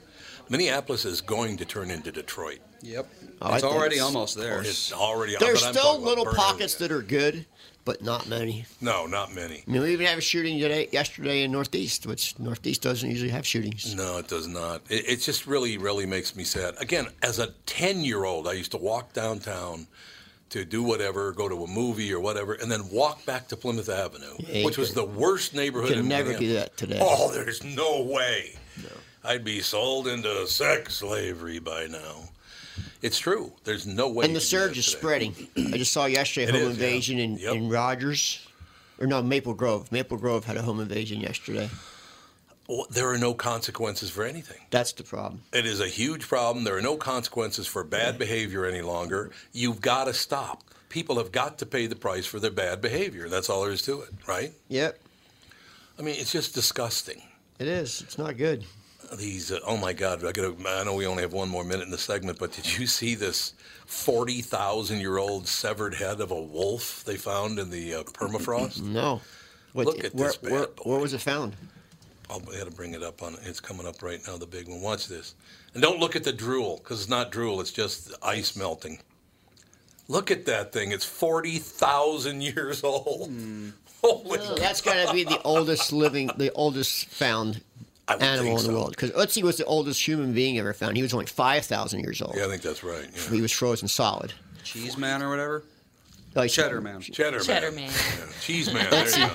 [SPEAKER 1] Minneapolis is going to turn into Detroit.
[SPEAKER 4] yep.
[SPEAKER 2] Oh, I
[SPEAKER 4] it's
[SPEAKER 2] think
[SPEAKER 4] already
[SPEAKER 2] it's-
[SPEAKER 4] almost there.
[SPEAKER 1] Oh, It's already.
[SPEAKER 2] There's
[SPEAKER 1] but I'm
[SPEAKER 2] still
[SPEAKER 1] talking about
[SPEAKER 2] little
[SPEAKER 1] burn
[SPEAKER 2] pockets
[SPEAKER 1] area.
[SPEAKER 2] that are good, but not many.
[SPEAKER 1] No, not many.
[SPEAKER 2] I mean, we even have a shooting today, yesterday in Northeast, which Northeast doesn't usually have shootings.
[SPEAKER 1] No, it does not. It, it just really, really makes me sad. Again, as a 10 year old, I used to walk downtown to do whatever, go to a movie or whatever, and then walk back to Plymouth Avenue,
[SPEAKER 2] Yeah,
[SPEAKER 1] which
[SPEAKER 2] you
[SPEAKER 1] was the worst neighborhood
[SPEAKER 2] can
[SPEAKER 1] in
[SPEAKER 2] never do
[SPEAKER 1] Minneapolis.
[SPEAKER 2] that today.
[SPEAKER 1] Oh, there's no way. I'd be sold into sex slavery by now. It's true. There's no way.
[SPEAKER 2] And
[SPEAKER 1] you can do
[SPEAKER 2] the surge
[SPEAKER 1] that
[SPEAKER 2] is
[SPEAKER 1] today.
[SPEAKER 2] spreading. I just saw yesterday
[SPEAKER 1] It
[SPEAKER 2] home
[SPEAKER 1] is, yeah.
[SPEAKER 2] invasion in,
[SPEAKER 1] Yep.
[SPEAKER 2] in Rogers, or no Maple Grove. Maple Grove had a home invasion yesterday.
[SPEAKER 1] Well, There are no consequences for anything.
[SPEAKER 2] That's the problem.
[SPEAKER 1] It is a huge problem. There are no consequences for bad behavior any longer. You've got to stop. People have got to pay the price for their bad behavior. That's all there is to it, right?
[SPEAKER 2] Yep,
[SPEAKER 1] I mean, it's just disgusting.
[SPEAKER 2] it is. It's not good.
[SPEAKER 1] These, uh, oh my God, I, gotta, I know we only have one more minute in the segment, but did you see this 40,000 year old severed head of a wolf they found in the uh, permafrost?
[SPEAKER 2] No. What,
[SPEAKER 1] Look at
[SPEAKER 2] where,
[SPEAKER 1] this bad
[SPEAKER 2] where,
[SPEAKER 1] boy.
[SPEAKER 2] where was it found?
[SPEAKER 1] I'll I gotta bring it up on it's coming up right now, the big one. Watch this. And don't look at the drool, because it's not drool, it's just ice melting. Look at that thing. It's forty thousand years old.
[SPEAKER 2] Hmm.
[SPEAKER 1] Holy
[SPEAKER 2] That's got to be the oldest living, the oldest found
[SPEAKER 1] I would
[SPEAKER 2] animal
[SPEAKER 1] think
[SPEAKER 2] in the
[SPEAKER 1] so.
[SPEAKER 2] world. Because Ötzi was the oldest human being ever found. He was only five thousand years old.
[SPEAKER 1] Yeah, I think that's right. yeah.
[SPEAKER 2] He was frozen solid. Oh,
[SPEAKER 4] Cheese man or whatever.
[SPEAKER 2] Like,
[SPEAKER 4] Cheddar man.
[SPEAKER 1] Cheddar,
[SPEAKER 3] Cheddar
[SPEAKER 1] man.
[SPEAKER 3] man.
[SPEAKER 1] Yeah, Cheese man. There you go.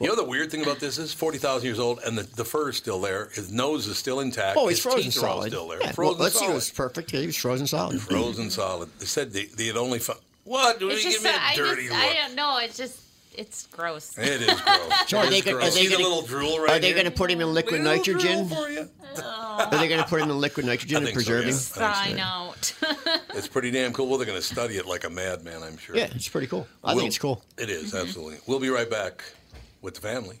[SPEAKER 1] You know the weird thing about this is forty thousand years old, and the, the fur's still there. His nose is still intact.
[SPEAKER 2] Oh, he's
[SPEAKER 1] his
[SPEAKER 2] frozen
[SPEAKER 1] teeth are all
[SPEAKER 2] solid.
[SPEAKER 1] still there.
[SPEAKER 2] Yeah,
[SPEAKER 1] Frozen
[SPEAKER 2] well, Ötzi
[SPEAKER 1] solid.
[SPEAKER 2] was perfect. He was frozen solid.
[SPEAKER 1] Frozen solid. They said they, they had only found. What? Do
[SPEAKER 3] It's
[SPEAKER 1] they give
[SPEAKER 3] just,
[SPEAKER 1] me
[SPEAKER 3] uh,
[SPEAKER 1] a
[SPEAKER 3] I
[SPEAKER 1] dirty
[SPEAKER 3] just,
[SPEAKER 1] look?
[SPEAKER 3] I don't know. It's just, it's gross.
[SPEAKER 1] It is gross.
[SPEAKER 2] So are they, gonna- are
[SPEAKER 1] gross.
[SPEAKER 2] they
[SPEAKER 1] See the
[SPEAKER 2] gonna-
[SPEAKER 1] little drool right
[SPEAKER 2] Are they
[SPEAKER 1] here?
[SPEAKER 2] going to put him in liquid
[SPEAKER 1] Little drool
[SPEAKER 2] nitrogen?
[SPEAKER 1] for you.
[SPEAKER 2] Are they going to put him in liquid
[SPEAKER 1] I
[SPEAKER 2] nitrogen and
[SPEAKER 1] think so,
[SPEAKER 2] preserve him?
[SPEAKER 1] yeah.
[SPEAKER 3] Sign out.
[SPEAKER 1] It's pretty damn cool. Well, they're going to study it like a madman, I'm sure.
[SPEAKER 2] Yeah, it's pretty cool. I
[SPEAKER 1] We'll-
[SPEAKER 2] think it's cool.
[SPEAKER 1] It is, absolutely. We'll be right back with the family.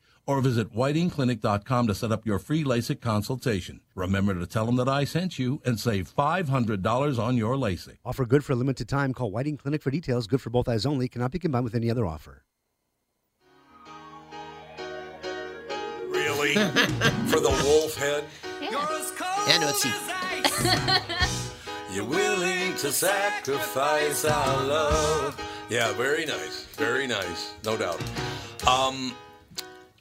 [SPEAKER 7] or visit whitingclinic.com to set up your free LASIK consultation. Remember to tell them that I sent you and save $500 on your LASIK.
[SPEAKER 8] Offer good for a limited time. Call Whiting Clinic for details. Good for both eyes only. Cannot be combined with any other offer.
[SPEAKER 1] Really? For the wolf head?
[SPEAKER 2] And let's see.
[SPEAKER 1] You're willing to sacrifice our love. Yeah, very nice. Very nice. No doubt. Um,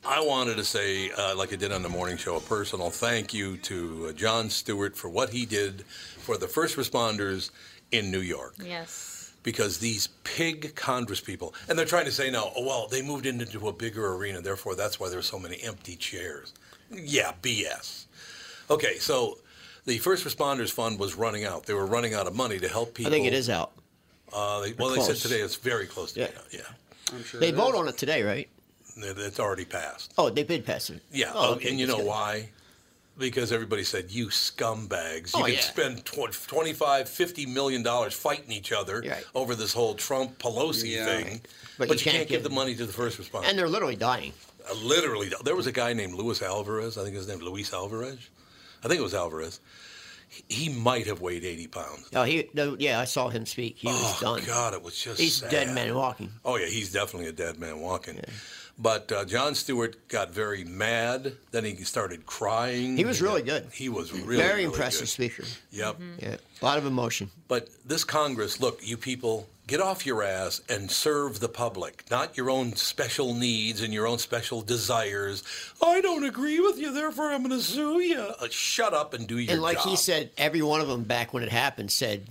[SPEAKER 1] I wanted to say, uh, like I did on the morning show, a personal thank you to uh, John Stewart for what he did for the first responders in New York.
[SPEAKER 3] Yes.
[SPEAKER 1] Because these pig Congress people, and they're trying to say now, oh, well, they moved in into a bigger arena, therefore that's why there's so many empty chairs. Yeah, BS. Okay, so the First Responders Fund was running out. They were running out of money to help
[SPEAKER 2] I
[SPEAKER 1] people.
[SPEAKER 2] think it is out.
[SPEAKER 1] Uh, they,
[SPEAKER 2] Or
[SPEAKER 1] well, they said
[SPEAKER 2] close.
[SPEAKER 1] today it's very close to
[SPEAKER 2] Yeah.
[SPEAKER 1] being out. Yeah.
[SPEAKER 4] I'm
[SPEAKER 2] They vote on it today, right?
[SPEAKER 1] it. It's already passed.
[SPEAKER 2] Oh, they did pass it.
[SPEAKER 1] Yeah,
[SPEAKER 2] Oh,
[SPEAKER 1] uh,
[SPEAKER 2] okay,
[SPEAKER 1] and you
[SPEAKER 2] that's
[SPEAKER 1] know
[SPEAKER 2] good.
[SPEAKER 1] why? Because everybody said, you scumbags, you
[SPEAKER 2] Oh,
[SPEAKER 1] could
[SPEAKER 2] yeah.
[SPEAKER 1] spend tw- 25, 50 million dollars fighting each other
[SPEAKER 2] Right.
[SPEAKER 1] over this whole Trump Pelosi
[SPEAKER 2] Yeah.
[SPEAKER 1] thing.
[SPEAKER 2] Right.
[SPEAKER 1] But,
[SPEAKER 2] But
[SPEAKER 1] you,
[SPEAKER 2] you
[SPEAKER 1] can't,
[SPEAKER 2] can't
[SPEAKER 1] give
[SPEAKER 2] give-
[SPEAKER 1] the money to the first responders.
[SPEAKER 2] And they're literally dying.
[SPEAKER 1] Uh, literally, there was a guy named Luis Alvarez. I think his name was Luis Alvarez. I think it was Alvarez. He- He might have weighed 80 pounds.
[SPEAKER 2] No, Oh, he. No, yeah, I saw him speak. He was
[SPEAKER 1] oh,
[SPEAKER 2] done.
[SPEAKER 1] God, it was just
[SPEAKER 2] He's a dead
[SPEAKER 1] sad.
[SPEAKER 2] man walking.
[SPEAKER 1] Oh yeah, he's definitely a dead man walking. But uh, John Stewart got very mad. Then he started crying.
[SPEAKER 2] He was really good.
[SPEAKER 1] He was really
[SPEAKER 2] very
[SPEAKER 1] really
[SPEAKER 2] impressive
[SPEAKER 1] good.
[SPEAKER 2] speaker.
[SPEAKER 1] Yep.
[SPEAKER 2] Yeah, a lot of emotion.
[SPEAKER 1] But this Congress, look, you people, get off your ass and serve the public, not your own special needs and your own special desires. I don't agree with you, therefore I'm going to sue you. Uh, shut up and do your
[SPEAKER 2] and like
[SPEAKER 1] job.
[SPEAKER 2] he said, every one of them back when it happened said,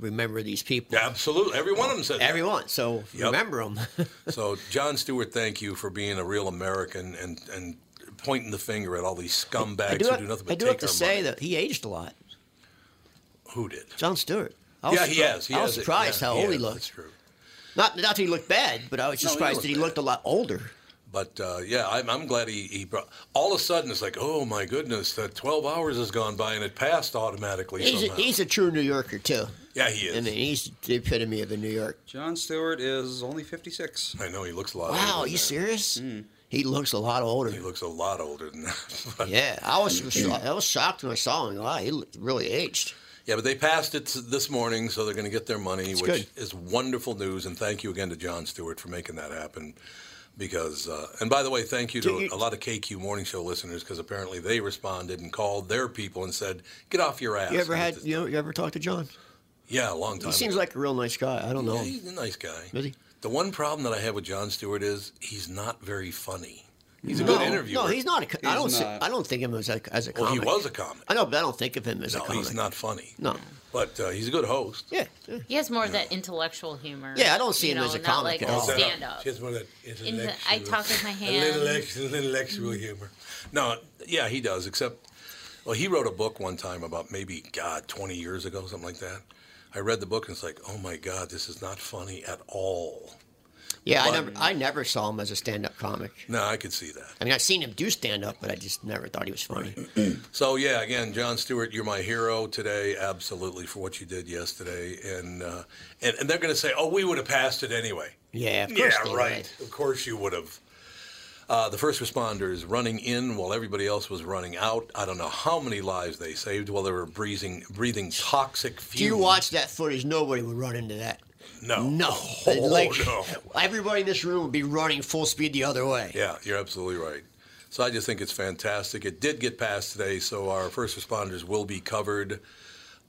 [SPEAKER 2] "Remember these people."
[SPEAKER 1] Absolutely, every one of them said that.
[SPEAKER 2] Everyone. So
[SPEAKER 1] Yep.
[SPEAKER 2] remember them.
[SPEAKER 1] So, John Stewart, thank you for being a real American and and pointing the finger at all these scumbags
[SPEAKER 2] I do,
[SPEAKER 1] who
[SPEAKER 2] have,
[SPEAKER 1] do nothing
[SPEAKER 2] I
[SPEAKER 1] but
[SPEAKER 2] do
[SPEAKER 1] take
[SPEAKER 2] have to
[SPEAKER 1] our
[SPEAKER 2] say
[SPEAKER 1] money.
[SPEAKER 2] that he aged a lot.
[SPEAKER 1] Who did?
[SPEAKER 2] John Stewart. I was
[SPEAKER 1] yeah, he
[SPEAKER 2] surpri-
[SPEAKER 1] has. He
[SPEAKER 2] I was
[SPEAKER 1] has it.
[SPEAKER 2] surprised
[SPEAKER 1] Yeah,
[SPEAKER 2] how
[SPEAKER 1] he
[SPEAKER 2] old he
[SPEAKER 1] has.
[SPEAKER 2] looked.
[SPEAKER 1] That's true.
[SPEAKER 2] Not, not that he looked bad, but I
[SPEAKER 1] No,
[SPEAKER 2] was
[SPEAKER 1] he
[SPEAKER 2] just surprised
[SPEAKER 1] looked
[SPEAKER 2] that he
[SPEAKER 1] bad.
[SPEAKER 2] looked a lot older.
[SPEAKER 1] But uh, yeah, I'm, I'm glad he, he brought. All of a sudden, it's like, oh my goodness, that 12 hours has gone by and it passed automatically.
[SPEAKER 2] He's a,
[SPEAKER 1] somehow.
[SPEAKER 2] he's a true New Yorker too.
[SPEAKER 1] yeah, he is.
[SPEAKER 2] I mean, he's the epitome of a New York.
[SPEAKER 4] John Stewart is only 56.
[SPEAKER 1] I know he looks a lot.
[SPEAKER 2] Wow,
[SPEAKER 1] older
[SPEAKER 2] are
[SPEAKER 1] than
[SPEAKER 2] you
[SPEAKER 1] that.
[SPEAKER 2] serious? He looks a lot older.
[SPEAKER 1] Oh, Hmm. He looks Hmm. a lot older than that. But-
[SPEAKER 2] Yeah, I was I was shocked when I saw him. Wow, he looked really aged.
[SPEAKER 1] Yeah, but they passed it this morning, so they're going to get their money,
[SPEAKER 2] That's
[SPEAKER 1] which
[SPEAKER 2] good.
[SPEAKER 1] is wonderful news. And thank you again to John Stewart for making that happen. Because, uh, and by the way, thank you to
[SPEAKER 2] Do you-
[SPEAKER 1] a lot of KQ Morning Show listeners because apparently they responded and called their people and said, "Get off your ass."
[SPEAKER 2] You ever
[SPEAKER 1] and get
[SPEAKER 2] had
[SPEAKER 1] this-
[SPEAKER 2] you, know, you ever talked to John?
[SPEAKER 1] yeah, a long time.
[SPEAKER 2] He seems
[SPEAKER 1] ago.
[SPEAKER 2] like a real nice guy. I don't know.
[SPEAKER 1] Yeah,
[SPEAKER 2] him.
[SPEAKER 1] he's a nice guy.
[SPEAKER 2] Is he?
[SPEAKER 1] The one problem that I have with John Stewart is he's not very funny. He's a good interviewer.
[SPEAKER 2] No, he's not. A, co- I
[SPEAKER 4] He's
[SPEAKER 2] don't. see-
[SPEAKER 4] not.
[SPEAKER 2] I don't think of him as a, as a
[SPEAKER 1] Well,
[SPEAKER 2] comic.
[SPEAKER 1] he was a comic.
[SPEAKER 2] I know, but I don't think of him as a
[SPEAKER 1] No,
[SPEAKER 2] comic.
[SPEAKER 1] he's not funny.
[SPEAKER 2] No.
[SPEAKER 1] But uh, he's a good host.
[SPEAKER 2] Yeah.
[SPEAKER 3] He has more of that intellectual humor.
[SPEAKER 2] Yeah, I don't see
[SPEAKER 3] you
[SPEAKER 2] him
[SPEAKER 3] know,
[SPEAKER 2] as a
[SPEAKER 3] not
[SPEAKER 2] comic
[SPEAKER 3] like
[SPEAKER 2] at all.
[SPEAKER 3] stand up.
[SPEAKER 1] She has more of that intellectual.
[SPEAKER 3] the- I talk with my
[SPEAKER 1] A little
[SPEAKER 3] hands. Mm-hmm.
[SPEAKER 1] extra, little extra humor. No, yeah, he does. Except, well, he wrote a book one time about maybe God, twenty years ago, something like that. I read the book and it's like, oh my God, this is not funny at all.
[SPEAKER 2] Yeah,
[SPEAKER 1] But-
[SPEAKER 2] I never. I never saw him as a stand-up comic.
[SPEAKER 1] No, I could see that.
[SPEAKER 2] I mean, I've seen him do stand-up, but I just never thought he was funny.
[SPEAKER 1] So yeah, again, John Stewart, you're my hero today, absolutely for what you did yesterday, and uh, and, and they're going to say, oh, we would have passed it anyway.
[SPEAKER 2] Yeah, of course
[SPEAKER 1] Yeah,
[SPEAKER 2] they
[SPEAKER 1] right.
[SPEAKER 2] would.
[SPEAKER 1] Of course you would have. Uh, the first responders running in while everybody else was running out. I don't know how many lives they saved while they were breathing breathing toxic fumes.
[SPEAKER 2] If you watch that footage, nobody would run into that.
[SPEAKER 1] No.
[SPEAKER 2] No,
[SPEAKER 1] Oh,
[SPEAKER 2] like
[SPEAKER 1] no.
[SPEAKER 2] everybody in this room would be running full speed the other way.
[SPEAKER 1] Yeah, you're absolutely right. So I just think it's fantastic. It did get passed today, so our first responders will be covered.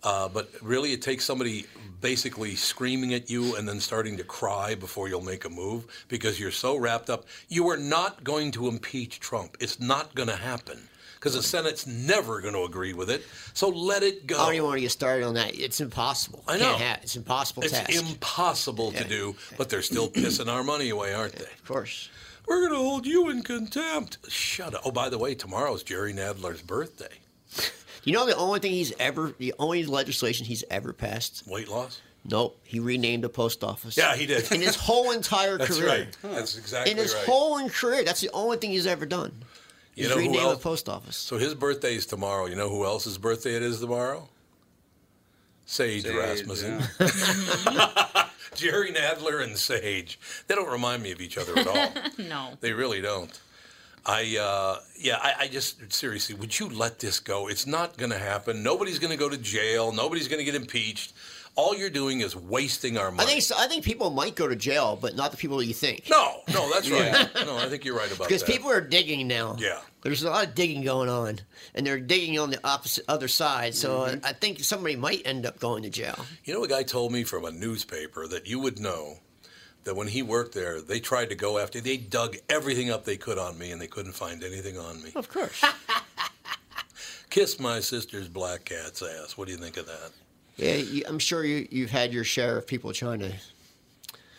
[SPEAKER 1] Uh, but really, it takes somebody basically screaming at you and then starting to cry before you'll make a move because you're so wrapped up. You are not going to impeach Trump. It's not going to happen because the Senate's never going to agree with it. So let it go.
[SPEAKER 2] I don't even want to get started on that. It's impossible.
[SPEAKER 1] I
[SPEAKER 2] Can't
[SPEAKER 1] know.
[SPEAKER 2] ha- it's impossible
[SPEAKER 1] It's
[SPEAKER 2] task.
[SPEAKER 1] impossible to do, but they're still pissing our money away, aren't they? Of
[SPEAKER 2] course.
[SPEAKER 1] We're going to hold you in contempt. Shut up. Oh, by the way, tomorrow's Jerry Nadler's birthday.
[SPEAKER 2] you know the only thing he's ever, the only legislation he's ever passed?
[SPEAKER 1] Weight loss?
[SPEAKER 2] Nope. He renamed the post office.
[SPEAKER 1] Yeah, he did.
[SPEAKER 2] In his whole entire
[SPEAKER 1] That's
[SPEAKER 2] career.
[SPEAKER 1] right. That's exactly
[SPEAKER 2] In his
[SPEAKER 1] right.
[SPEAKER 2] whole en- career, that's the only thing he's ever done.
[SPEAKER 1] You
[SPEAKER 2] He's
[SPEAKER 1] know who
[SPEAKER 2] renamed
[SPEAKER 1] else-
[SPEAKER 2] the post office.
[SPEAKER 1] So his birthday is tomorrow. You know who else's birthday it is tomorrow? Sage,
[SPEAKER 4] Sage,
[SPEAKER 1] Rasmussen. Jerry Nadler and Sage. They don't remind me of each other at all.
[SPEAKER 3] no.
[SPEAKER 1] They really don't. I uh, yeah, I, I just seriously, would you let this go? It's not going to happen. Nobody's going to go to jail. Nobody's going to get impeached. All you're doing is wasting our
[SPEAKER 2] I
[SPEAKER 1] money.
[SPEAKER 2] think so, I think people might go to jail, but not the people you think.
[SPEAKER 1] No, no, that's right. No, I think you're right about that.
[SPEAKER 2] Because people are digging now.
[SPEAKER 1] Yeah.
[SPEAKER 2] There's a lot of digging going on, and they're digging on the opposite other side. So uh,
[SPEAKER 1] Mm-hmm.
[SPEAKER 2] I think somebody might end up going to jail.
[SPEAKER 1] You know, a guy told me from a newspaper that you would know that when he worked there, they tried to go after. They dug everything up they could on me, and they couldn't find anything on me.
[SPEAKER 2] Of course.
[SPEAKER 1] Kiss my sister's black cat's ass. What do you think of that?
[SPEAKER 2] Yeah, you, I'm sure you, you've had your share of people trying to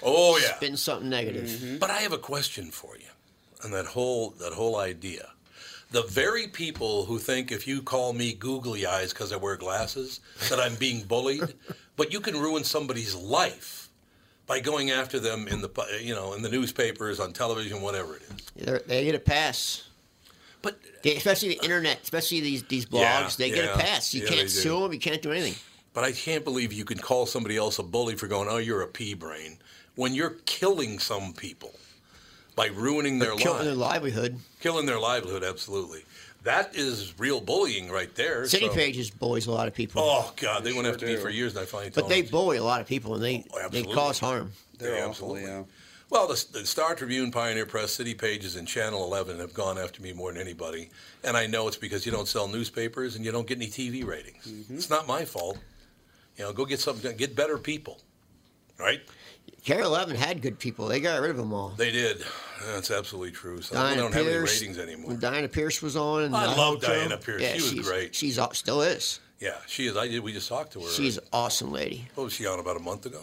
[SPEAKER 1] Oh yeah. Mm-hmm.
[SPEAKER 2] spin something negative.
[SPEAKER 1] But I have a question for you, and that whole that whole idea. The very people who think if you call me googly eyes because I wear glasses that I'm being bullied, but you can ruin somebody's life by going after them in the pu- you know in the newspapers, on television, whatever it is.
[SPEAKER 2] They're, they get a pass.
[SPEAKER 1] But
[SPEAKER 2] they, especially the internet, especially these these blogs,
[SPEAKER 1] Yeah,
[SPEAKER 2] they get
[SPEAKER 1] yeah,
[SPEAKER 2] a pass. You
[SPEAKER 1] yeah, they
[SPEAKER 2] can't
[SPEAKER 1] do.
[SPEAKER 2] sue them. You can't do anything.
[SPEAKER 1] But I can't believe you can call somebody else a bully for going, "Oh, you're a pea brain," when you're killing some people by ruining their
[SPEAKER 2] Killing
[SPEAKER 1] lives,
[SPEAKER 2] their livelihood.
[SPEAKER 1] killing their livelihood. Absolutely, that is real bullying right there.
[SPEAKER 2] City
[SPEAKER 1] so-
[SPEAKER 2] pages bullies a lot of people.
[SPEAKER 1] Oh God, they went after me for years, and I finally
[SPEAKER 2] But
[SPEAKER 1] told
[SPEAKER 2] they
[SPEAKER 1] them.
[SPEAKER 2] bully a lot of people, and they they
[SPEAKER 1] Oh, absolutely.
[SPEAKER 2] cause harm.
[SPEAKER 1] They absolutely. Well, the, the Star Tribune, Pioneer Press, City Pages, and Channel 11 have gone after me more than anybody, and I know it's because you don't sell newspapers and you don't get any TV ratings.
[SPEAKER 2] Mm-hmm.
[SPEAKER 1] It's not my fault. You know, go get something, get better people, right?
[SPEAKER 2] Care 11 had good people. They got rid of them all.
[SPEAKER 1] They did. That's absolutely true. So we don't have any ratings anymore.
[SPEAKER 2] When Diana Pierce was on. and
[SPEAKER 1] I
[SPEAKER 2] the
[SPEAKER 1] love
[SPEAKER 2] whole show.
[SPEAKER 1] Diana Pierce. She was
[SPEAKER 2] she's-
[SPEAKER 1] great.
[SPEAKER 2] She's aw- still is.
[SPEAKER 1] Yeah, she is. I did. We just talked to her.
[SPEAKER 2] She's an awesome lady.
[SPEAKER 1] What was she on about a month ago?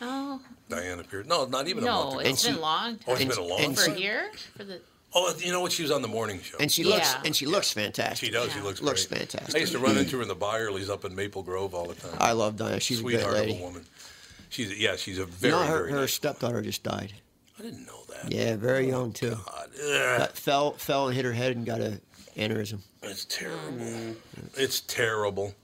[SPEAKER 3] Oh.
[SPEAKER 1] Diana Pierce. No, not even a month
[SPEAKER 3] No,
[SPEAKER 1] ago.
[SPEAKER 3] it's been long.
[SPEAKER 1] Oh, it's
[SPEAKER 3] time.
[SPEAKER 1] been a long
[SPEAKER 3] For
[SPEAKER 1] time.
[SPEAKER 3] here? For the
[SPEAKER 1] Oh, you know what? She was on the morning show.
[SPEAKER 2] And she looks and she looks fantastic.
[SPEAKER 1] She does. She looks
[SPEAKER 2] looks
[SPEAKER 1] great.
[SPEAKER 2] fantastic.
[SPEAKER 1] I used to run into her in the Byerly's up in Maple Grove all the time.
[SPEAKER 2] I love Diana. She's a great
[SPEAKER 1] sweetheart of
[SPEAKER 2] lady.
[SPEAKER 1] a woman. She's yeah, she's a very
[SPEAKER 2] no, her,
[SPEAKER 1] very.
[SPEAKER 2] her stepdaughter just died.
[SPEAKER 1] I didn't know that.
[SPEAKER 2] Yeah, very young
[SPEAKER 1] Oh,
[SPEAKER 2] too.
[SPEAKER 1] Ugh.
[SPEAKER 2] Got- fell fell and hit her head and got a aneurysm.
[SPEAKER 1] It's terrible.
[SPEAKER 2] Mm-hmm.
[SPEAKER 1] It's terrible.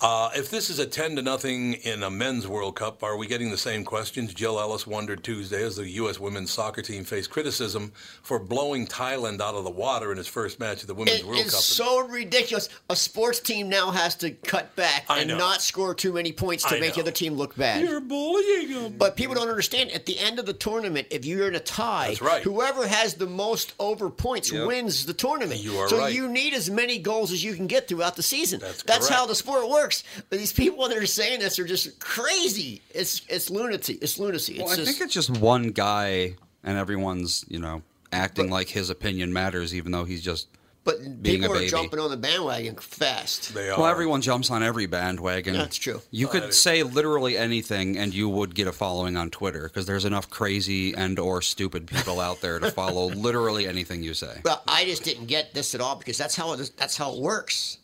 [SPEAKER 1] Uh, if this is a 10 to nothing in a men's World Cup, are we getting the same questions? Jill Ellis wondered Tuesday as the U.S. women's soccer team faced criticism for blowing Thailand out of the water in its first match of the Women's
[SPEAKER 2] It
[SPEAKER 1] World
[SPEAKER 2] is
[SPEAKER 1] Cup.
[SPEAKER 2] so ridiculous. A sports team now has to cut back
[SPEAKER 1] I
[SPEAKER 2] and
[SPEAKER 1] know.
[SPEAKER 2] not score too many points to
[SPEAKER 1] I
[SPEAKER 2] make the
[SPEAKER 1] know.
[SPEAKER 2] other team look bad.
[SPEAKER 1] You're bullying them.
[SPEAKER 2] But people don't understand. At the end of the tournament, if you're in a tie, whoever has the most over points
[SPEAKER 1] Yep.
[SPEAKER 2] wins the tournament.
[SPEAKER 1] You are
[SPEAKER 2] so
[SPEAKER 1] right.
[SPEAKER 2] you need as many goals as you can get throughout the season. That's, how
[SPEAKER 1] correct.
[SPEAKER 2] the sport works. But these people that are saying this are just crazy. It's it's lunacy. It's lunacy.
[SPEAKER 4] Well,
[SPEAKER 2] it's
[SPEAKER 4] I
[SPEAKER 2] just,
[SPEAKER 4] think it's just one guy, and everyone's you know acting like his opinion matters, even though he's just
[SPEAKER 2] but
[SPEAKER 4] being
[SPEAKER 2] people
[SPEAKER 4] a
[SPEAKER 2] are
[SPEAKER 4] baby.
[SPEAKER 2] jumping on the bandwagon fast.
[SPEAKER 1] They
[SPEAKER 4] Well, everyone jumps on every bandwagon.
[SPEAKER 2] That's true.
[SPEAKER 4] You
[SPEAKER 2] That
[SPEAKER 4] could say literally anything, and you would get a following on Twitter because there's enough crazy and/or stupid people out there to follow literally anything you say.
[SPEAKER 2] Well, I just didn't get this at all because that's how it, that's how it works.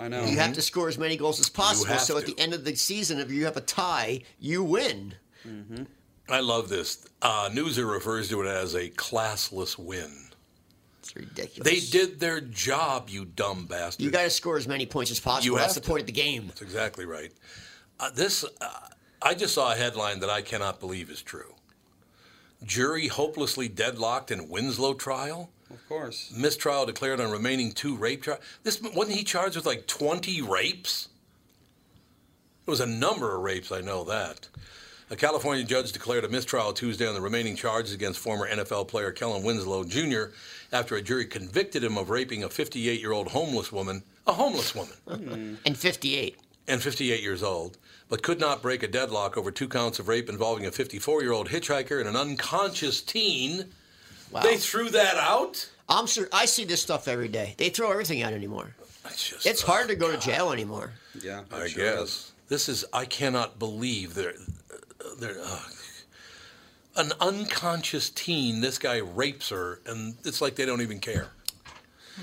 [SPEAKER 4] I know.
[SPEAKER 2] You have to score as many goals as possible.
[SPEAKER 1] Mm-hmm. have
[SPEAKER 2] So at
[SPEAKER 1] to.
[SPEAKER 2] the end of the season, if you have a tie, you win.
[SPEAKER 1] I love this. Uh, Newser refers to it as a classless win.
[SPEAKER 2] It's ridiculous.
[SPEAKER 1] They did their job, you dumb bastard.
[SPEAKER 2] You got to score as many points as possible.
[SPEAKER 1] You
[SPEAKER 2] That's the
[SPEAKER 1] have
[SPEAKER 2] point of the game.
[SPEAKER 1] That's exactly right. Uh, this, uh, I just saw a headline that I cannot believe is true. Jury hopelessly deadlocked in Winslow trial.
[SPEAKER 4] Of course.
[SPEAKER 1] Mistrial declared on remaining two rape charges. This wasn't he charged with like 20 rapes? It was a number of rapes, I know that. A California judge declared a mistrial Tuesday on the remaining charges against former NFL player Kellen Winslow Jr. after a jury convicted him of raping a 58 year old homeless woman a homeless woman.
[SPEAKER 2] and 58.
[SPEAKER 1] And 58 years old, but could not break a deadlock over two counts of rape involving a 54 year old hitchhiker and an unconscious teen. They threw that out.
[SPEAKER 2] I'm sure I see this stuff every day. They throw everything out anymore. it's hard to go to jail anymore.
[SPEAKER 4] Yeah,
[SPEAKER 1] I guess this is. I cannot believe there. There, uh, an unconscious teen. This guy rapes her, and it's like they don't even care.
[SPEAKER 2] Hmm.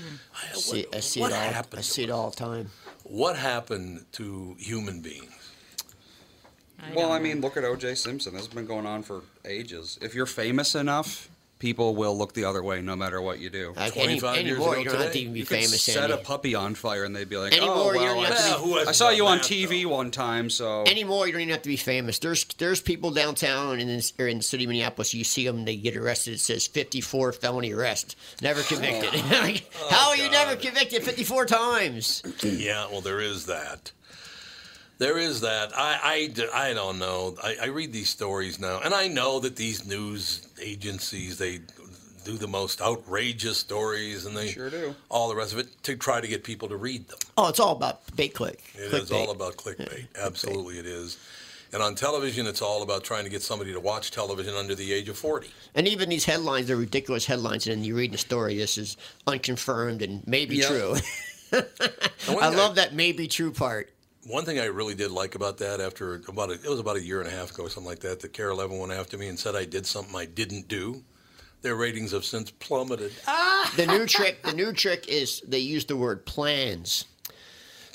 [SPEAKER 2] I see, I see
[SPEAKER 1] what
[SPEAKER 2] it all.
[SPEAKER 1] happened
[SPEAKER 2] I see it all the time.
[SPEAKER 1] What happened to human beings?
[SPEAKER 4] well, I mean, look at O.J. Simpson. This has been going on for ages. If you're famous enough, people will look the other way no matter what you do.
[SPEAKER 2] Like, any- 25 years anymore, ago you don't have today, to even be
[SPEAKER 4] could
[SPEAKER 2] famous,
[SPEAKER 4] set a
[SPEAKER 2] Andy.
[SPEAKER 4] puppy on fire and they'd be like,
[SPEAKER 2] Anymore,
[SPEAKER 4] "Oh,
[SPEAKER 2] you
[SPEAKER 4] well,
[SPEAKER 2] don't
[SPEAKER 4] I,
[SPEAKER 2] have to
[SPEAKER 4] saw-
[SPEAKER 2] be- Who
[SPEAKER 4] I
[SPEAKER 2] hasn't
[SPEAKER 4] saw you
[SPEAKER 2] done
[SPEAKER 4] on
[SPEAKER 2] that,
[SPEAKER 4] TV one time, so
[SPEAKER 2] Anymore, you don't even have to be famous. There's there's people downtown and in, or in the city of Minneapolis. You see them, they get arrested. It says 54 felony arrest, never convicted.
[SPEAKER 1] Oh.
[SPEAKER 2] Like, How are you never convicted 54 times?
[SPEAKER 1] yeah, well, there is that. There is that. I, I d- I don't know. I, I read these stories now, and I know that these news agencies they do the most outrageous stories, and they sure do all the rest of it to try to get people to read them.
[SPEAKER 2] Oh, it's all about bait click.
[SPEAKER 1] It is
[SPEAKER 2] clickbait.
[SPEAKER 1] all about clickbait. Absolutely, it is. And on television, it's all about trying to get somebody to watch television under the age of forty.
[SPEAKER 2] And even these headlines, they're ridiculous headlines. And then you read the story, this is unconfirmed and maybe
[SPEAKER 1] Yeah.
[SPEAKER 2] true.
[SPEAKER 1] And one
[SPEAKER 2] I
[SPEAKER 1] thing
[SPEAKER 2] love that maybe true part.
[SPEAKER 1] One thing I really did like about that, after about a, it was about a year and a half ago, something like that, that Care Eleven went after me and said I did something I didn't do. Their ratings have since plummeted.
[SPEAKER 2] the new trick, the new trick is they use the word plans.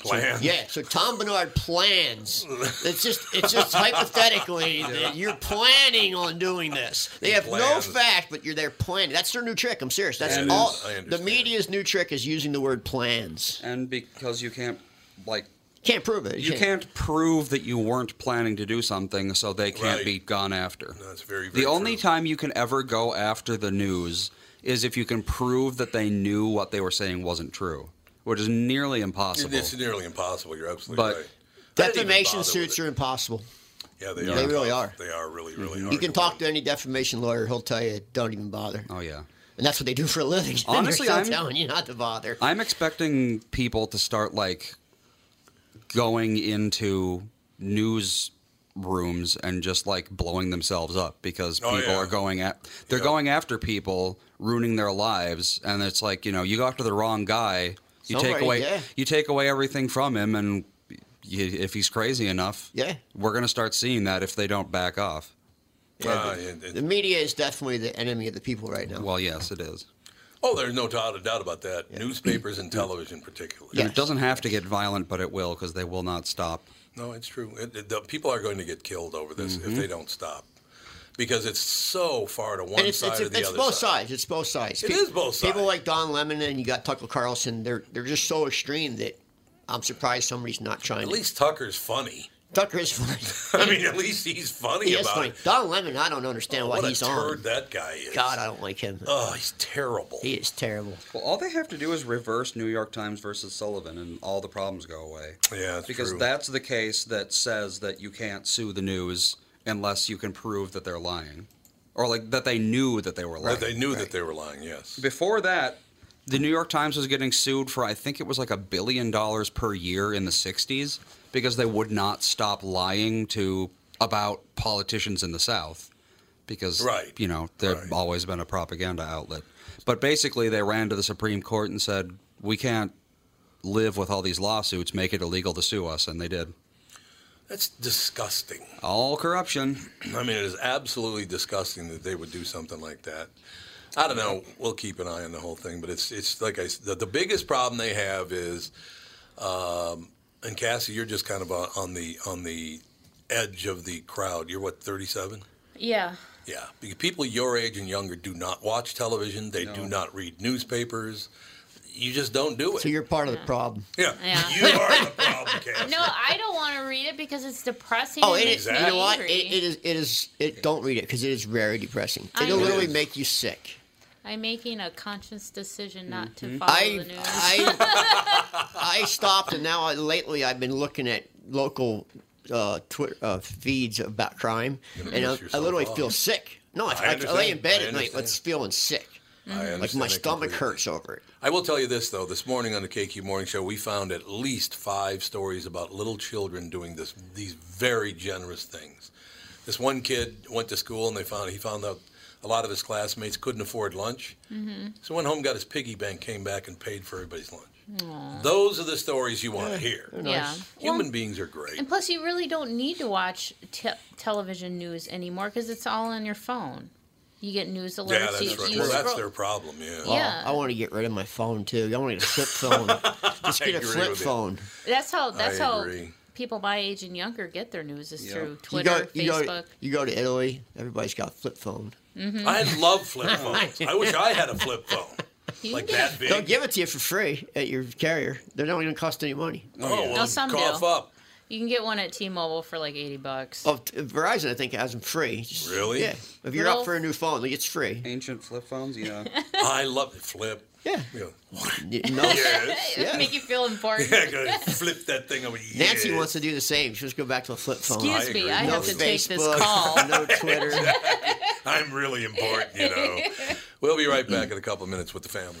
[SPEAKER 2] So-
[SPEAKER 1] Plans.
[SPEAKER 2] yeah. So Tom Bernard plans. It's just, it's just hypothetically that you're planning on doing this. They
[SPEAKER 1] He
[SPEAKER 2] have
[SPEAKER 1] plans.
[SPEAKER 2] no fact, but you're there planning. That's their new trick. I'm serious. That's
[SPEAKER 4] Yeah, it
[SPEAKER 2] all.
[SPEAKER 4] is. I
[SPEAKER 2] The media's new trick is using the word plans.
[SPEAKER 4] And because you can't, like,
[SPEAKER 2] can't prove it.
[SPEAKER 4] you can't prove that you weren't planning to do something, so they can't
[SPEAKER 1] Right.
[SPEAKER 4] be gone after. That's
[SPEAKER 1] very,
[SPEAKER 4] The only time you can ever go after the news is if you can prove that they knew what they were saying wasn't true, which is nearly impossible.
[SPEAKER 1] It's nearly impossible. You're absolutely
[SPEAKER 4] But-
[SPEAKER 1] right. I didn't even
[SPEAKER 2] Defamation
[SPEAKER 1] bother
[SPEAKER 2] suits are impossible.
[SPEAKER 1] with- Yeah, they,
[SPEAKER 2] They
[SPEAKER 1] are.
[SPEAKER 2] really
[SPEAKER 1] tough.
[SPEAKER 2] are. Mm-hmm.
[SPEAKER 1] They are Uh, really, really
[SPEAKER 2] You
[SPEAKER 1] hard.
[SPEAKER 2] can talk to any defamation lawyer; he'll tell you, "Don't even bother."
[SPEAKER 4] Oh yeah.
[SPEAKER 2] And that's what they do for a living. They're
[SPEAKER 4] Honestly,
[SPEAKER 2] still
[SPEAKER 4] I'm-
[SPEAKER 2] telling you not to bother.
[SPEAKER 4] I'm expecting people to start like going into news rooms and just like blowing themselves up because
[SPEAKER 1] Oh,
[SPEAKER 4] people
[SPEAKER 1] yeah.
[SPEAKER 4] are going at they're going after people ruining their lives and it's like you know you go after the wrong guy you take
[SPEAKER 2] Somebody,
[SPEAKER 4] away
[SPEAKER 2] yeah.
[SPEAKER 4] you take away everything from him and you, if he's crazy enough
[SPEAKER 2] Yeah.
[SPEAKER 4] we're going to start seeing that if they don't back off
[SPEAKER 1] Ah,
[SPEAKER 2] the,
[SPEAKER 1] yeah,
[SPEAKER 2] the media is definitely the enemy of the people right now.
[SPEAKER 4] well yes it is
[SPEAKER 1] Oh, there's no doubt, doubt about that. Newspapers
[SPEAKER 2] Mm-hmm.
[SPEAKER 1] and television, particularly.
[SPEAKER 4] And it doesn't have to get violent but it will because they will not stop
[SPEAKER 1] No, it's true. It, it- the people are going to get killed over this if they don't stop, because it's so far to one
[SPEAKER 2] Mm-hmm. and it's
[SPEAKER 1] side
[SPEAKER 2] it's,
[SPEAKER 1] or the
[SPEAKER 2] it's
[SPEAKER 1] other.
[SPEAKER 2] both
[SPEAKER 1] side.
[SPEAKER 2] sides. It's both sides.
[SPEAKER 1] It
[SPEAKER 2] Pe-
[SPEAKER 1] is both
[SPEAKER 2] People like Don Lemon and you got Tucker Carlson. They're they're just so extreme that I'm surprised somebody's not trying.
[SPEAKER 1] At
[SPEAKER 2] to.
[SPEAKER 1] least Tucker's funny.
[SPEAKER 2] Tucker is funny.
[SPEAKER 1] I mean, at least he's funny
[SPEAKER 2] He is
[SPEAKER 1] about
[SPEAKER 2] funny.
[SPEAKER 1] it.
[SPEAKER 2] Don Lemon, I don't understand why
[SPEAKER 1] what
[SPEAKER 2] he's
[SPEAKER 1] a turd
[SPEAKER 2] on.
[SPEAKER 1] that guy is.
[SPEAKER 2] God, I don't like him.
[SPEAKER 1] Oh, he's terrible.
[SPEAKER 2] He is terrible.
[SPEAKER 4] Well, all they have to do is reverse New York Times versus Sullivan, and all the problems go away.
[SPEAKER 1] Yeah, that's
[SPEAKER 4] because
[SPEAKER 1] true.
[SPEAKER 4] that's the case that says that you can't sue the news unless you can prove that they're lying, or like that they knew that they were lying.
[SPEAKER 1] Right, they knew that they were lying. Yes.
[SPEAKER 4] Before that, the New York Times was getting sued for I think it was like a billion dollars per year in the '60s because they would not stop lying to about politicians in the South because
[SPEAKER 1] Right.
[SPEAKER 4] you know they've always been a propaganda outlet. But basically, they ran to the Supreme Court and said we can't live with all these lawsuits. Make it illegal to sue us, and they did.
[SPEAKER 1] That's disgusting.
[SPEAKER 4] All corruption.
[SPEAKER 1] I mean, it is absolutely disgusting that they would do something like that. I don't know. We'll keep an eye on the whole thing, but it's it's like I s- the, the biggest problem they have is, um, and Cassie, you're just kind of on on the on the edge of the crowd. You're what 37.
[SPEAKER 3] Yeah.
[SPEAKER 1] Yeah, because people your age and younger do not watch television. They do not read newspapers. You just don't do it.
[SPEAKER 2] So you're part of the problem.
[SPEAKER 1] Yeah.
[SPEAKER 3] Yeah.
[SPEAKER 1] You are the problem, Cassie.
[SPEAKER 3] No, I don't want to read it because it's depressing.
[SPEAKER 2] Oh,
[SPEAKER 3] and
[SPEAKER 2] it
[SPEAKER 3] makes
[SPEAKER 2] is.
[SPEAKER 3] me
[SPEAKER 2] You know what? It,
[SPEAKER 3] angry.
[SPEAKER 2] it is. It is. It don't read it because it is very depressing.
[SPEAKER 3] I
[SPEAKER 2] It'll
[SPEAKER 3] know.
[SPEAKER 2] literally
[SPEAKER 3] It is.
[SPEAKER 2] make you sick.
[SPEAKER 3] I'm making a conscious decision not to
[SPEAKER 2] Mhm.
[SPEAKER 3] follow
[SPEAKER 2] I-
[SPEAKER 3] the news.
[SPEAKER 2] I stopped, and now I, lately I've been looking at local uh, Twitter uh, feeds about crime,
[SPEAKER 1] Gonna
[SPEAKER 2] and I,
[SPEAKER 1] piss
[SPEAKER 2] I
[SPEAKER 1] yourself
[SPEAKER 2] literally
[SPEAKER 1] off.
[SPEAKER 2] feel sick. No, I,
[SPEAKER 1] I
[SPEAKER 2] I, I lay in
[SPEAKER 1] understand.
[SPEAKER 2] bed
[SPEAKER 1] I
[SPEAKER 2] at night,
[SPEAKER 1] understand.
[SPEAKER 2] but it's feeling sick.
[SPEAKER 1] I understand
[SPEAKER 2] like my
[SPEAKER 1] that
[SPEAKER 2] stomach
[SPEAKER 1] completely.
[SPEAKER 2] hurts over it.
[SPEAKER 1] I will tell you this though. This morning on the KQ Morning Show, we found at least five stories about little children doing this these very generous things. This one kid went to school and they found he found out a lot of his classmates couldn't afford lunch,
[SPEAKER 3] Mm-hmm.
[SPEAKER 1] so went home, got his piggy bank, came back and paid for everybody's lunch.
[SPEAKER 3] Aw.
[SPEAKER 1] Those are the stories you want to hear.
[SPEAKER 3] they're nice. Yeah.
[SPEAKER 1] Human beings are great.
[SPEAKER 3] And plus, you really don't need to watch te- television news anymore because it's all on your phone. You get news alerts.
[SPEAKER 1] Yeah, that's
[SPEAKER 3] you,
[SPEAKER 1] right.
[SPEAKER 3] you
[SPEAKER 1] Well, that's
[SPEAKER 3] scroll-
[SPEAKER 1] their problem. Yeah.
[SPEAKER 2] Oh,
[SPEAKER 3] Yeah.
[SPEAKER 2] I want to get rid of my phone too. I want to get a flip phone. Just
[SPEAKER 1] I
[SPEAKER 2] get a
[SPEAKER 1] agree
[SPEAKER 2] flip
[SPEAKER 1] with you.
[SPEAKER 2] phone.
[SPEAKER 3] That's how. That's
[SPEAKER 2] I
[SPEAKER 3] how
[SPEAKER 2] agree.
[SPEAKER 3] people my age and younger get their news is through
[SPEAKER 2] You
[SPEAKER 3] Twitter,
[SPEAKER 2] go, you,
[SPEAKER 3] Facebook.
[SPEAKER 2] go, you go to Italy, everybody's got a flip phone.
[SPEAKER 3] Mhm.
[SPEAKER 1] I love flip phones. I wish I had a flip phone. Like that big.
[SPEAKER 2] They'll give it to you for free at your carrier. They don't even cost any money.
[SPEAKER 1] Oh, well,
[SPEAKER 3] No, some
[SPEAKER 1] cough
[SPEAKER 3] do.
[SPEAKER 1] up.
[SPEAKER 3] You can get one at T-Mobile for like eighty bucks.
[SPEAKER 2] Oh, t- Verizon, I think, has them free. Just-
[SPEAKER 1] Really?
[SPEAKER 2] Yeah. If you're
[SPEAKER 3] Little-
[SPEAKER 2] up for a new phone, like, it's free. Ancient flip phones, yeah.
[SPEAKER 1] I love it. Flip. Yeah. yeah.
[SPEAKER 2] No.
[SPEAKER 1] Yes.
[SPEAKER 3] It would Make you feel important.
[SPEAKER 1] Yeah, gotta flip that thing over.
[SPEAKER 2] Nancy
[SPEAKER 1] yes.
[SPEAKER 2] wants to do the same. She wants to go back to a flip phone.
[SPEAKER 3] Excuse I me, agree. I
[SPEAKER 2] no
[SPEAKER 3] have to take this
[SPEAKER 2] Facebook,
[SPEAKER 3] call.
[SPEAKER 2] No Twitter.
[SPEAKER 1] I'm really important, you know. We'll be right back in a couple of minutes with the family.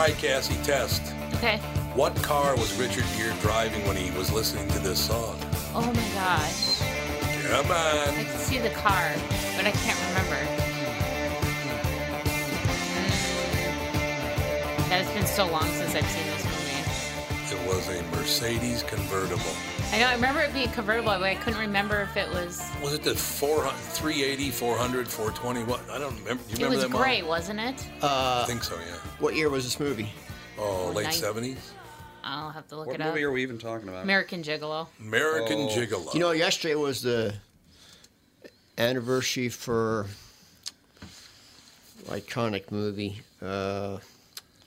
[SPEAKER 1] right, Cassie, test.
[SPEAKER 3] Okay.
[SPEAKER 1] What car was Richard Gere driving when he was listening to this song?
[SPEAKER 3] Oh my gosh.
[SPEAKER 1] Come
[SPEAKER 3] I
[SPEAKER 1] on.
[SPEAKER 3] can see the car, but I can't remember. That has been so long since I've seen this movie.
[SPEAKER 1] It was a Mercedes convertible.
[SPEAKER 3] I know I remember it being convertible, but I couldn't remember if it was.
[SPEAKER 1] Was it the 400, 380, 400, 420? What? I don't remember. Do you
[SPEAKER 3] it
[SPEAKER 1] remember
[SPEAKER 3] was
[SPEAKER 1] that model?
[SPEAKER 3] gray, wasn't it?
[SPEAKER 2] Uh,
[SPEAKER 1] I think so, yeah.
[SPEAKER 2] What year was this movie?
[SPEAKER 1] Oh, late
[SPEAKER 3] nine-
[SPEAKER 1] 70s?
[SPEAKER 3] I'll have to look
[SPEAKER 4] What
[SPEAKER 3] it up.
[SPEAKER 4] movie are we even talking about?
[SPEAKER 3] American Gigolo.
[SPEAKER 1] American
[SPEAKER 2] Oh. You know, yesterday was the anniversary for iconic movie. Uh,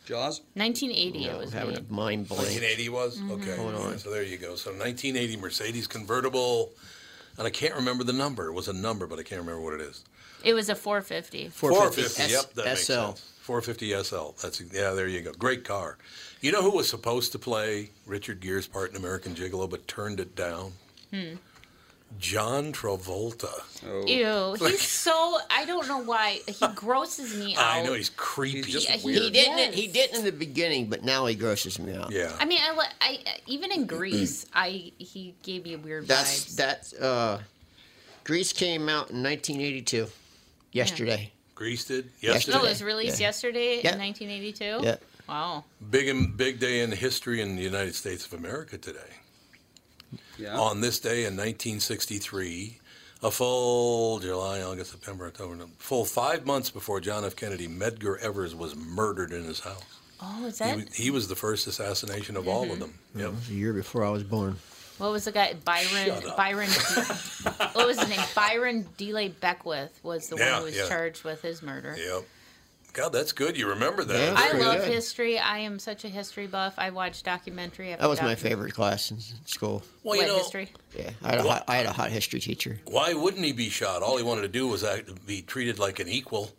[SPEAKER 4] Jaws?
[SPEAKER 3] 1980 it was
[SPEAKER 2] having
[SPEAKER 3] made.
[SPEAKER 2] a mind blank.
[SPEAKER 1] 1980 was?
[SPEAKER 3] Mhm.
[SPEAKER 1] Okay.
[SPEAKER 2] Hold on.
[SPEAKER 1] So there you go. So 1980 Mercedes convertible. And I can't remember the number. It was a number, but I can't remember what it is.
[SPEAKER 3] It was a 450.
[SPEAKER 1] 450.
[SPEAKER 2] S-
[SPEAKER 1] yep, that makes
[SPEAKER 2] SL.
[SPEAKER 1] sense. 450 SL. That's yeah. There you go. Great car. You know who was supposed to play Richard Gere's part in American Gigolo, but turned it down?
[SPEAKER 3] Hmm. Oh.
[SPEAKER 1] John Travolta.
[SPEAKER 4] Oh,
[SPEAKER 3] Ew,
[SPEAKER 1] Like,
[SPEAKER 3] he's so. I don't know why he grosses me out.
[SPEAKER 1] I know he's creepy.
[SPEAKER 3] Yeah,
[SPEAKER 2] he,
[SPEAKER 3] weird.
[SPEAKER 2] didn't.
[SPEAKER 3] Yes.
[SPEAKER 2] He didn't in the beginning, but now he grosses me out.
[SPEAKER 1] Yeah.
[SPEAKER 3] I mean, I, li- I even in Greece, I he gave me weird
[SPEAKER 2] That's
[SPEAKER 3] vibes.
[SPEAKER 2] that's uh, Grease came out in 1982. Yesterday.
[SPEAKER 1] Grease did
[SPEAKER 3] No, Oh, it was released
[SPEAKER 2] Yeah.
[SPEAKER 3] yesterday
[SPEAKER 2] Yeah.
[SPEAKER 3] in 1982.
[SPEAKER 2] Yeah.
[SPEAKER 3] Wow.
[SPEAKER 1] Big big day in history in the United States of America today.
[SPEAKER 4] Yeah.
[SPEAKER 1] On this day in 1963, a full July, August, September, October, no, full five months before John F. Kennedy, Medgar Evers was murdered in his house.
[SPEAKER 3] Oh, is
[SPEAKER 1] He,
[SPEAKER 3] that
[SPEAKER 1] was- he was the first assassination of all of
[SPEAKER 3] Mhm.
[SPEAKER 1] them.
[SPEAKER 2] It was a year before I was born.
[SPEAKER 3] what was the guy Byron?
[SPEAKER 1] Shut up.
[SPEAKER 3] Byron. what was his name? Byron Delay Beckwith was the one
[SPEAKER 1] Yeah,
[SPEAKER 3] who was
[SPEAKER 1] yeah.
[SPEAKER 3] charged with his murder.
[SPEAKER 1] Yep. God, that's good. You remember that?
[SPEAKER 2] Yeah,
[SPEAKER 1] That's
[SPEAKER 3] I
[SPEAKER 1] good.
[SPEAKER 3] love history. I am such a history buff. I watch documentary. After
[SPEAKER 2] That was my
[SPEAKER 3] documentary.
[SPEAKER 2] favorite class in school.
[SPEAKER 3] Well, you What, know- history?
[SPEAKER 2] Yeah, I had, a hot, I had a hot history teacher.
[SPEAKER 1] Why wouldn't he be shot? All he wanted to do was act, be treated like an equal.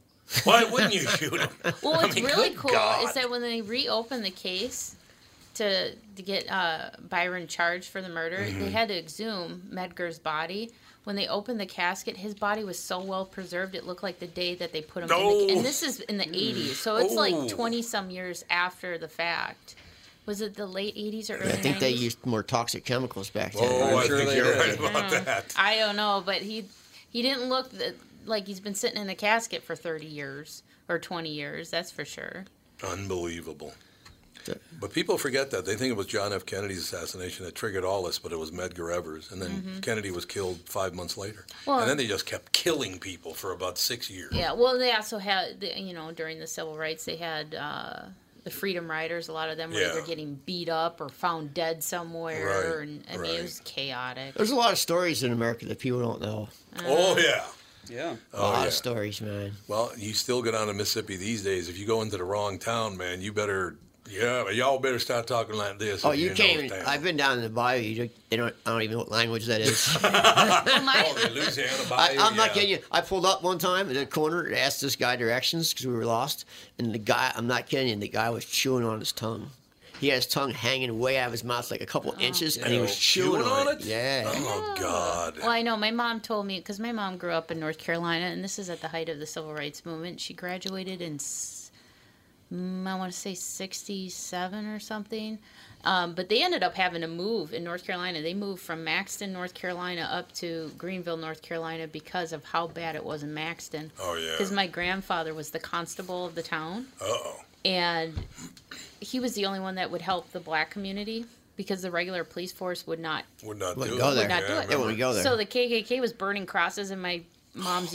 [SPEAKER 1] Why wouldn't you shoot him?
[SPEAKER 3] Well,
[SPEAKER 1] I
[SPEAKER 3] what's
[SPEAKER 1] mean,
[SPEAKER 3] really
[SPEAKER 1] good
[SPEAKER 3] cool
[SPEAKER 1] God.
[SPEAKER 3] is that when they reopened the case to to get uh, Byron charged for the murder, they
[SPEAKER 1] Mm-hmm.
[SPEAKER 9] Mhm.
[SPEAKER 3] had to exhume Medgar's body. When they opened the casket, his body was so well preserved it looked like the day that they put him in.
[SPEAKER 9] No.
[SPEAKER 3] The, and this is in the
[SPEAKER 1] Mm.
[SPEAKER 3] '80s, so it's
[SPEAKER 2] Oh.
[SPEAKER 3] like 20 some years after the fact. Was it the late '80s or early
[SPEAKER 2] I think
[SPEAKER 3] 90s?
[SPEAKER 2] they used more toxic chemicals back then.
[SPEAKER 1] Oh, I think you're
[SPEAKER 2] did.
[SPEAKER 1] right about
[SPEAKER 3] Yeah.
[SPEAKER 1] that.
[SPEAKER 3] I don't know, but he he didn't look th- like he's been sitting in a casket for 30 years or 20 years. That's for sure.
[SPEAKER 1] Unbelievable. But people forget that. They think it was John F. Kennedy's assassination that triggered all this, but it was Medgar Evers. And then
[SPEAKER 3] Mhm.
[SPEAKER 1] Kennedy was killed five months later.
[SPEAKER 3] Well-
[SPEAKER 1] and then they just kept killing people for about six years.
[SPEAKER 3] Yeah, well, they also had, the- you know, during the civil rights, they had uh, the Freedom Riders. A lot of them were
[SPEAKER 2] Yeah.
[SPEAKER 3] either getting beat up or found dead somewhere.
[SPEAKER 2] Right,
[SPEAKER 3] and I mean,
[SPEAKER 2] right.
[SPEAKER 3] it was chaotic.
[SPEAKER 2] There's a lot of stories in America that people don't know.
[SPEAKER 1] Oh, yeah.
[SPEAKER 4] Yeah.
[SPEAKER 2] a lot of stories, man.
[SPEAKER 1] Well, you still go down to Mississippi these days. If you go into the wrong town, man, you better, yeah, y'all better start talking like this.
[SPEAKER 2] Oh,
[SPEAKER 1] if
[SPEAKER 2] you
[SPEAKER 1] in
[SPEAKER 2] can't.
[SPEAKER 1] those
[SPEAKER 2] Even,
[SPEAKER 1] towns.
[SPEAKER 2] I've been down in the bayou. You don't, they don't. I don't even know what language that is.
[SPEAKER 1] oh, the Louisiana
[SPEAKER 2] I,
[SPEAKER 1] Bayou,
[SPEAKER 2] I'm
[SPEAKER 1] yeah.
[SPEAKER 2] not kidding you. I pulled up one time at a corner and asked this guy directions because we were lost. And the guy, I'm not kidding you, the guy was chewing on his tongue. He had his tongue hanging way out of his mouth like a couple inches, and he
[SPEAKER 1] Yeah.
[SPEAKER 2] was
[SPEAKER 1] Chewing
[SPEAKER 2] chewing, on
[SPEAKER 1] on
[SPEAKER 2] it. Yeah.
[SPEAKER 1] Oh, God.
[SPEAKER 3] Well, I know my mom told me because my mom grew up in North Carolina, and this is at the height of the civil rights movement. She graduated in, s- mm, I want to say, 67 or something. Um, but they ended up having to move in North Carolina. They moved from Maxton, North Carolina, up to Greenville, North Carolina, because of how bad it was in Maxton.
[SPEAKER 1] Oh, yeah.
[SPEAKER 3] Because my grandfather was the constable of the town
[SPEAKER 1] Uh-oh.
[SPEAKER 3] and he was the only one that would help the black community because the regular police force would not
[SPEAKER 1] Would not
[SPEAKER 2] Wouldn't
[SPEAKER 1] do
[SPEAKER 2] go
[SPEAKER 1] it.
[SPEAKER 2] there.
[SPEAKER 3] would not do
[SPEAKER 2] Yeah,
[SPEAKER 3] it.
[SPEAKER 2] They wouldn't go there.
[SPEAKER 3] So the KKK was burning crosses in my mom's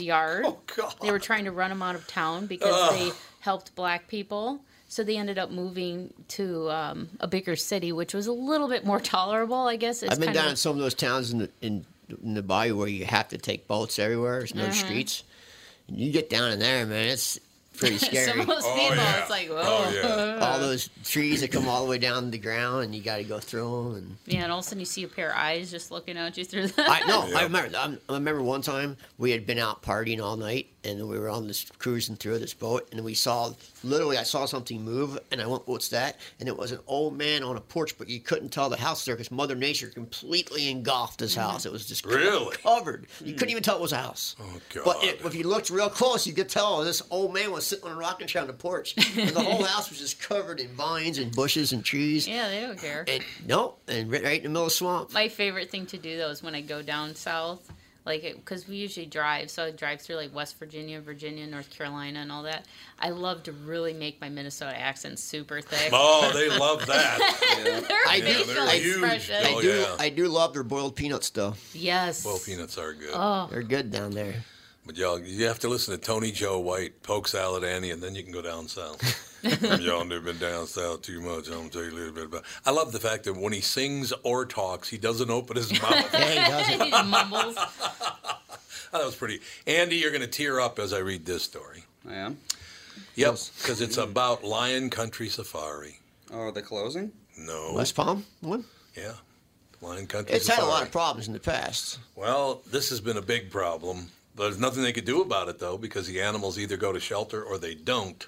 [SPEAKER 3] yard. Oh
[SPEAKER 1] God!
[SPEAKER 3] They were trying to run them out of town because
[SPEAKER 9] Ugh.
[SPEAKER 3] they helped black people. So they ended up moving to um, a bigger city, which was a little bit more tolerable, I guess. It's
[SPEAKER 2] I've been
[SPEAKER 3] kind of-
[SPEAKER 2] down in some of those towns in the, in, in the bayou where you have to take boats everywhere. There's no
[SPEAKER 3] Mhm.
[SPEAKER 2] streets. And you get down in there, man, it's pretty scary.
[SPEAKER 3] Some of those
[SPEAKER 9] Oh,
[SPEAKER 3] people,
[SPEAKER 9] yeah.
[SPEAKER 3] it's like, whoa.
[SPEAKER 9] Oh, yeah.
[SPEAKER 2] all those trees that come all the way down to the ground, and you got to go through them. And
[SPEAKER 3] Yeah, and all of a sudden you see a pair of eyes just looking at you through the.
[SPEAKER 2] I know. I remember. I'm- I remember one time we had been out partying all night, and we were on this cruising through this boat, and we saw literally I saw something move, and I went, "What's that?" And it was an old man on a porch, but you couldn't tell the house there because Mother Nature completely engulfed his house. It was just co-
[SPEAKER 1] Really?
[SPEAKER 2] covered. You couldn't even tell it was a house. Oh
[SPEAKER 1] God.
[SPEAKER 2] But it, if you looked real close, you could tell this old man was sitting on a rocking chair on the porch, and the whole house was just covered in vines and bushes and trees.
[SPEAKER 3] Yeah, they don't care.
[SPEAKER 2] And nope, and right, right in the middle of the swamp.
[SPEAKER 3] My favorite thing to do though is when I go down south, like because we usually drive, so I drive through like West Virginia, Virginia, North Carolina, and all that. I love to really make my Minnesota accent super thick.
[SPEAKER 1] Oh, they love that.
[SPEAKER 2] I
[SPEAKER 3] Their
[SPEAKER 2] do.
[SPEAKER 3] facial
[SPEAKER 2] I,
[SPEAKER 3] expressions.
[SPEAKER 1] Oh,
[SPEAKER 2] I do. I do love their boiled peanuts though.
[SPEAKER 3] Yes.
[SPEAKER 1] Well, peanuts are good.
[SPEAKER 3] Oh.
[SPEAKER 2] They're good down there.
[SPEAKER 1] But y'all, you have to listen to Tony Joe White, Poke Salad Annie, and then you can go down south. y'all never been down south too much. I'm gonna tell you a little bit about. I love the fact that when he sings or talks, he doesn't open his mouth.
[SPEAKER 3] He just mumbles.
[SPEAKER 1] Oh, that was pretty. Andy, you're going to tear up as I read this story.
[SPEAKER 4] I am.
[SPEAKER 1] Yep, because it's about Lion Country Safari.
[SPEAKER 4] Oh, are they closing?
[SPEAKER 1] No.
[SPEAKER 2] West Palm one.
[SPEAKER 1] Yeah, Lion Country
[SPEAKER 2] It's had
[SPEAKER 1] Safari.
[SPEAKER 2] a lot of problems in the past.
[SPEAKER 1] Well, this has been a big problem. There's nothing they could do about it, though, because the animals either go to shelter or they don't.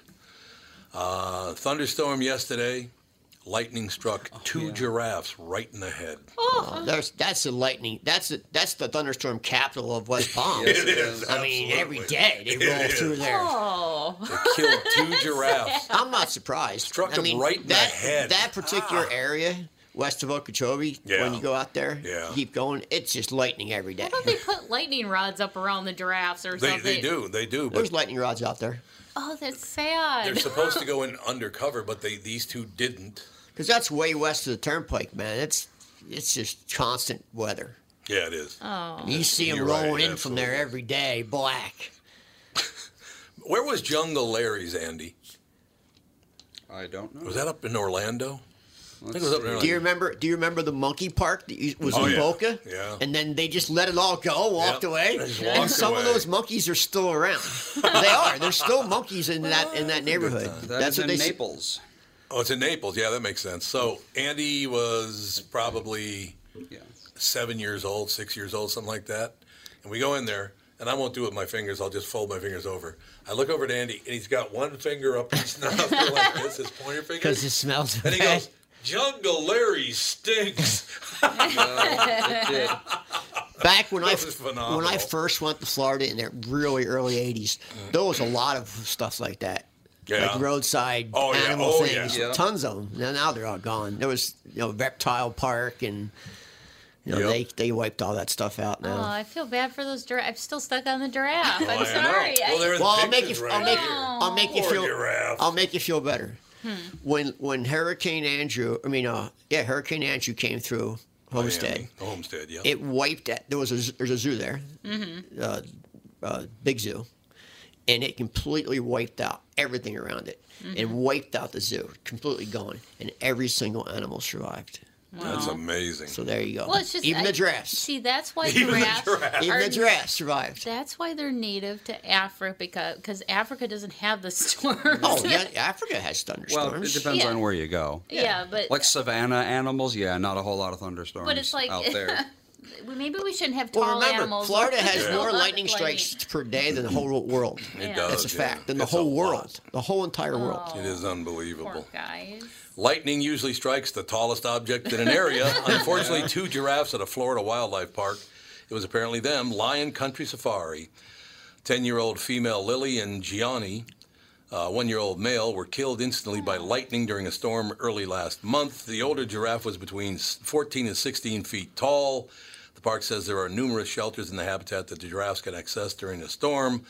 [SPEAKER 1] Uh, thunderstorm yesterday, lightning struck two giraffes right in the head.
[SPEAKER 2] Oh, there's that's the lightning. That's the that's the thunderstorm capital of West Palm.
[SPEAKER 1] Yes, it is,
[SPEAKER 2] I mean, every day
[SPEAKER 1] absolutely.
[SPEAKER 2] they
[SPEAKER 1] It
[SPEAKER 2] roll
[SPEAKER 1] is.
[SPEAKER 2] through there.
[SPEAKER 3] Oh.
[SPEAKER 1] Killed two giraffes.
[SPEAKER 2] I'm not surprised.
[SPEAKER 1] Struck
[SPEAKER 2] I
[SPEAKER 1] him
[SPEAKER 2] mean,
[SPEAKER 1] right in the
[SPEAKER 2] that,
[SPEAKER 1] head. Ah.
[SPEAKER 2] That particular area west of Okeechobee,
[SPEAKER 1] Yeah.
[SPEAKER 2] when you go out there,
[SPEAKER 1] Yeah.
[SPEAKER 2] keep going, it's just lightning every day.
[SPEAKER 3] They put lightning rods up around the giraffes or
[SPEAKER 1] They,
[SPEAKER 3] something.
[SPEAKER 1] they do, they do. But
[SPEAKER 2] There's lightning rods out there.
[SPEAKER 3] Oh, that's sad.
[SPEAKER 1] they're supposed to go in undercover, but they these two didn't.
[SPEAKER 2] Because that's way west of the turnpike, man. It's it's just constant weather.
[SPEAKER 1] Yeah, it is.
[SPEAKER 3] Oh.
[SPEAKER 2] You see them
[SPEAKER 1] You're
[SPEAKER 2] rolling
[SPEAKER 1] right,
[SPEAKER 2] in from there every day, black.
[SPEAKER 1] Where was Jungle Larry's, Andy?
[SPEAKER 4] I don't know.
[SPEAKER 1] Was that up in Orlando? think it was up there. Like,
[SPEAKER 2] Do you remember? Do you remember the monkey park that you- was
[SPEAKER 1] Oh,
[SPEAKER 2] in
[SPEAKER 1] yeah.
[SPEAKER 2] Boca?
[SPEAKER 1] Yeah.
[SPEAKER 2] And then they just let it all go, walked
[SPEAKER 1] Yep,
[SPEAKER 2] away.
[SPEAKER 1] they just
[SPEAKER 2] and
[SPEAKER 1] walked
[SPEAKER 2] some
[SPEAKER 1] away.
[SPEAKER 2] of those monkeys are still around. they are. There's still monkeys in that in that neighborhood. That's what they s-
[SPEAKER 1] Oh, it's in Naples. Yeah, that makes sense. So Andy was probably seven years old, six years old, something like that. And we go in there, and I won't do it with my fingers. I'll just fold my fingers over. I look over at Andy, and he's got one finger up his nostril like this, his pointer finger.
[SPEAKER 2] 'Cause it smells
[SPEAKER 1] And he
[SPEAKER 2] bad.
[SPEAKER 1] goes, Jungle Larry stinks.
[SPEAKER 2] Back when I
[SPEAKER 1] This is phenomenal. Mm-hmm.
[SPEAKER 2] when I first went to Florida in the really early '80s, there was a lot of stuff like that.
[SPEAKER 1] Yeah.
[SPEAKER 2] Like roadside
[SPEAKER 1] Oh, yeah.
[SPEAKER 2] animal
[SPEAKER 1] Oh, yeah.
[SPEAKER 2] things,
[SPEAKER 1] Yeah.
[SPEAKER 2] tons of them. Now, now they're all gone. There was you know reptile park and you know they they wiped all that stuff out
[SPEAKER 3] Oh,
[SPEAKER 2] now.
[SPEAKER 3] I feel bad for those giraffes. I'm still stuck on the giraffe.
[SPEAKER 2] Well,
[SPEAKER 3] I'm
[SPEAKER 2] I know.
[SPEAKER 3] sorry. I-
[SPEAKER 2] Well, there's Well, I'll make you- pictures I'll right make- here.
[SPEAKER 3] I'll
[SPEAKER 2] make you
[SPEAKER 3] Poor
[SPEAKER 2] feel I'll make you feel better.
[SPEAKER 3] Hmm.
[SPEAKER 2] When when Hurricane Andrew, I mean, uh, yeah, Hurricane Andrew came through Homestead.
[SPEAKER 1] The homestead, Oh, yeah.
[SPEAKER 2] It wiped at there was a z- there's a zoo there,
[SPEAKER 3] Mhm.
[SPEAKER 2] uh, uh, big zoo, and it completely wiped out everything around it. It
[SPEAKER 3] Mm-hmm.
[SPEAKER 1] Mhm.
[SPEAKER 2] wiped out the zoo, completely gone, and every single animal survived.
[SPEAKER 1] That's Wow. amazing.
[SPEAKER 2] So there you go.
[SPEAKER 3] Well, it's just
[SPEAKER 2] even
[SPEAKER 3] I-
[SPEAKER 2] the giraffes.
[SPEAKER 3] See, that's why
[SPEAKER 2] Even the
[SPEAKER 3] giraffes.
[SPEAKER 2] giraffes. Even
[SPEAKER 3] are-
[SPEAKER 2] the giraffes survived.
[SPEAKER 3] That's why they're native to Africa because Africa doesn't have the storms.
[SPEAKER 2] Oh yeah, Africa has thunderstorms.
[SPEAKER 4] Well, it depends
[SPEAKER 3] Yeah.
[SPEAKER 4] on where you go.
[SPEAKER 3] Yeah, Yeah. but-
[SPEAKER 4] like savanna animals, yeah, not a whole lot of thunderstorms.
[SPEAKER 3] but it's like
[SPEAKER 4] out there.
[SPEAKER 3] we- maybe we shouldn't have tall
[SPEAKER 2] Well, remember,
[SPEAKER 3] animals.
[SPEAKER 2] Florida has
[SPEAKER 3] There's
[SPEAKER 2] more
[SPEAKER 3] a lot of
[SPEAKER 2] lightning strikes per day than the whole world.
[SPEAKER 3] It Yeah. Oh.
[SPEAKER 2] That's a
[SPEAKER 1] does,
[SPEAKER 2] fact.
[SPEAKER 1] yeah.
[SPEAKER 2] Than the
[SPEAKER 1] It's a
[SPEAKER 2] whole world, the whole entire world.
[SPEAKER 1] It is unbelievable.
[SPEAKER 3] Poor guys.
[SPEAKER 1] Lightning usually strikes the tallest object in an area. Unfortunately, two giraffes at a Florida wildlife park. It was apparently them, Lion Country Safari. 10 year old female Lily and Gianni, uh, one year old male, were killed instantly by lightning during a storm early last month. The older giraffe was between s- 14 and 16 feet tall. The park says there are numerous shelters in the habitat that the giraffes can access during a storm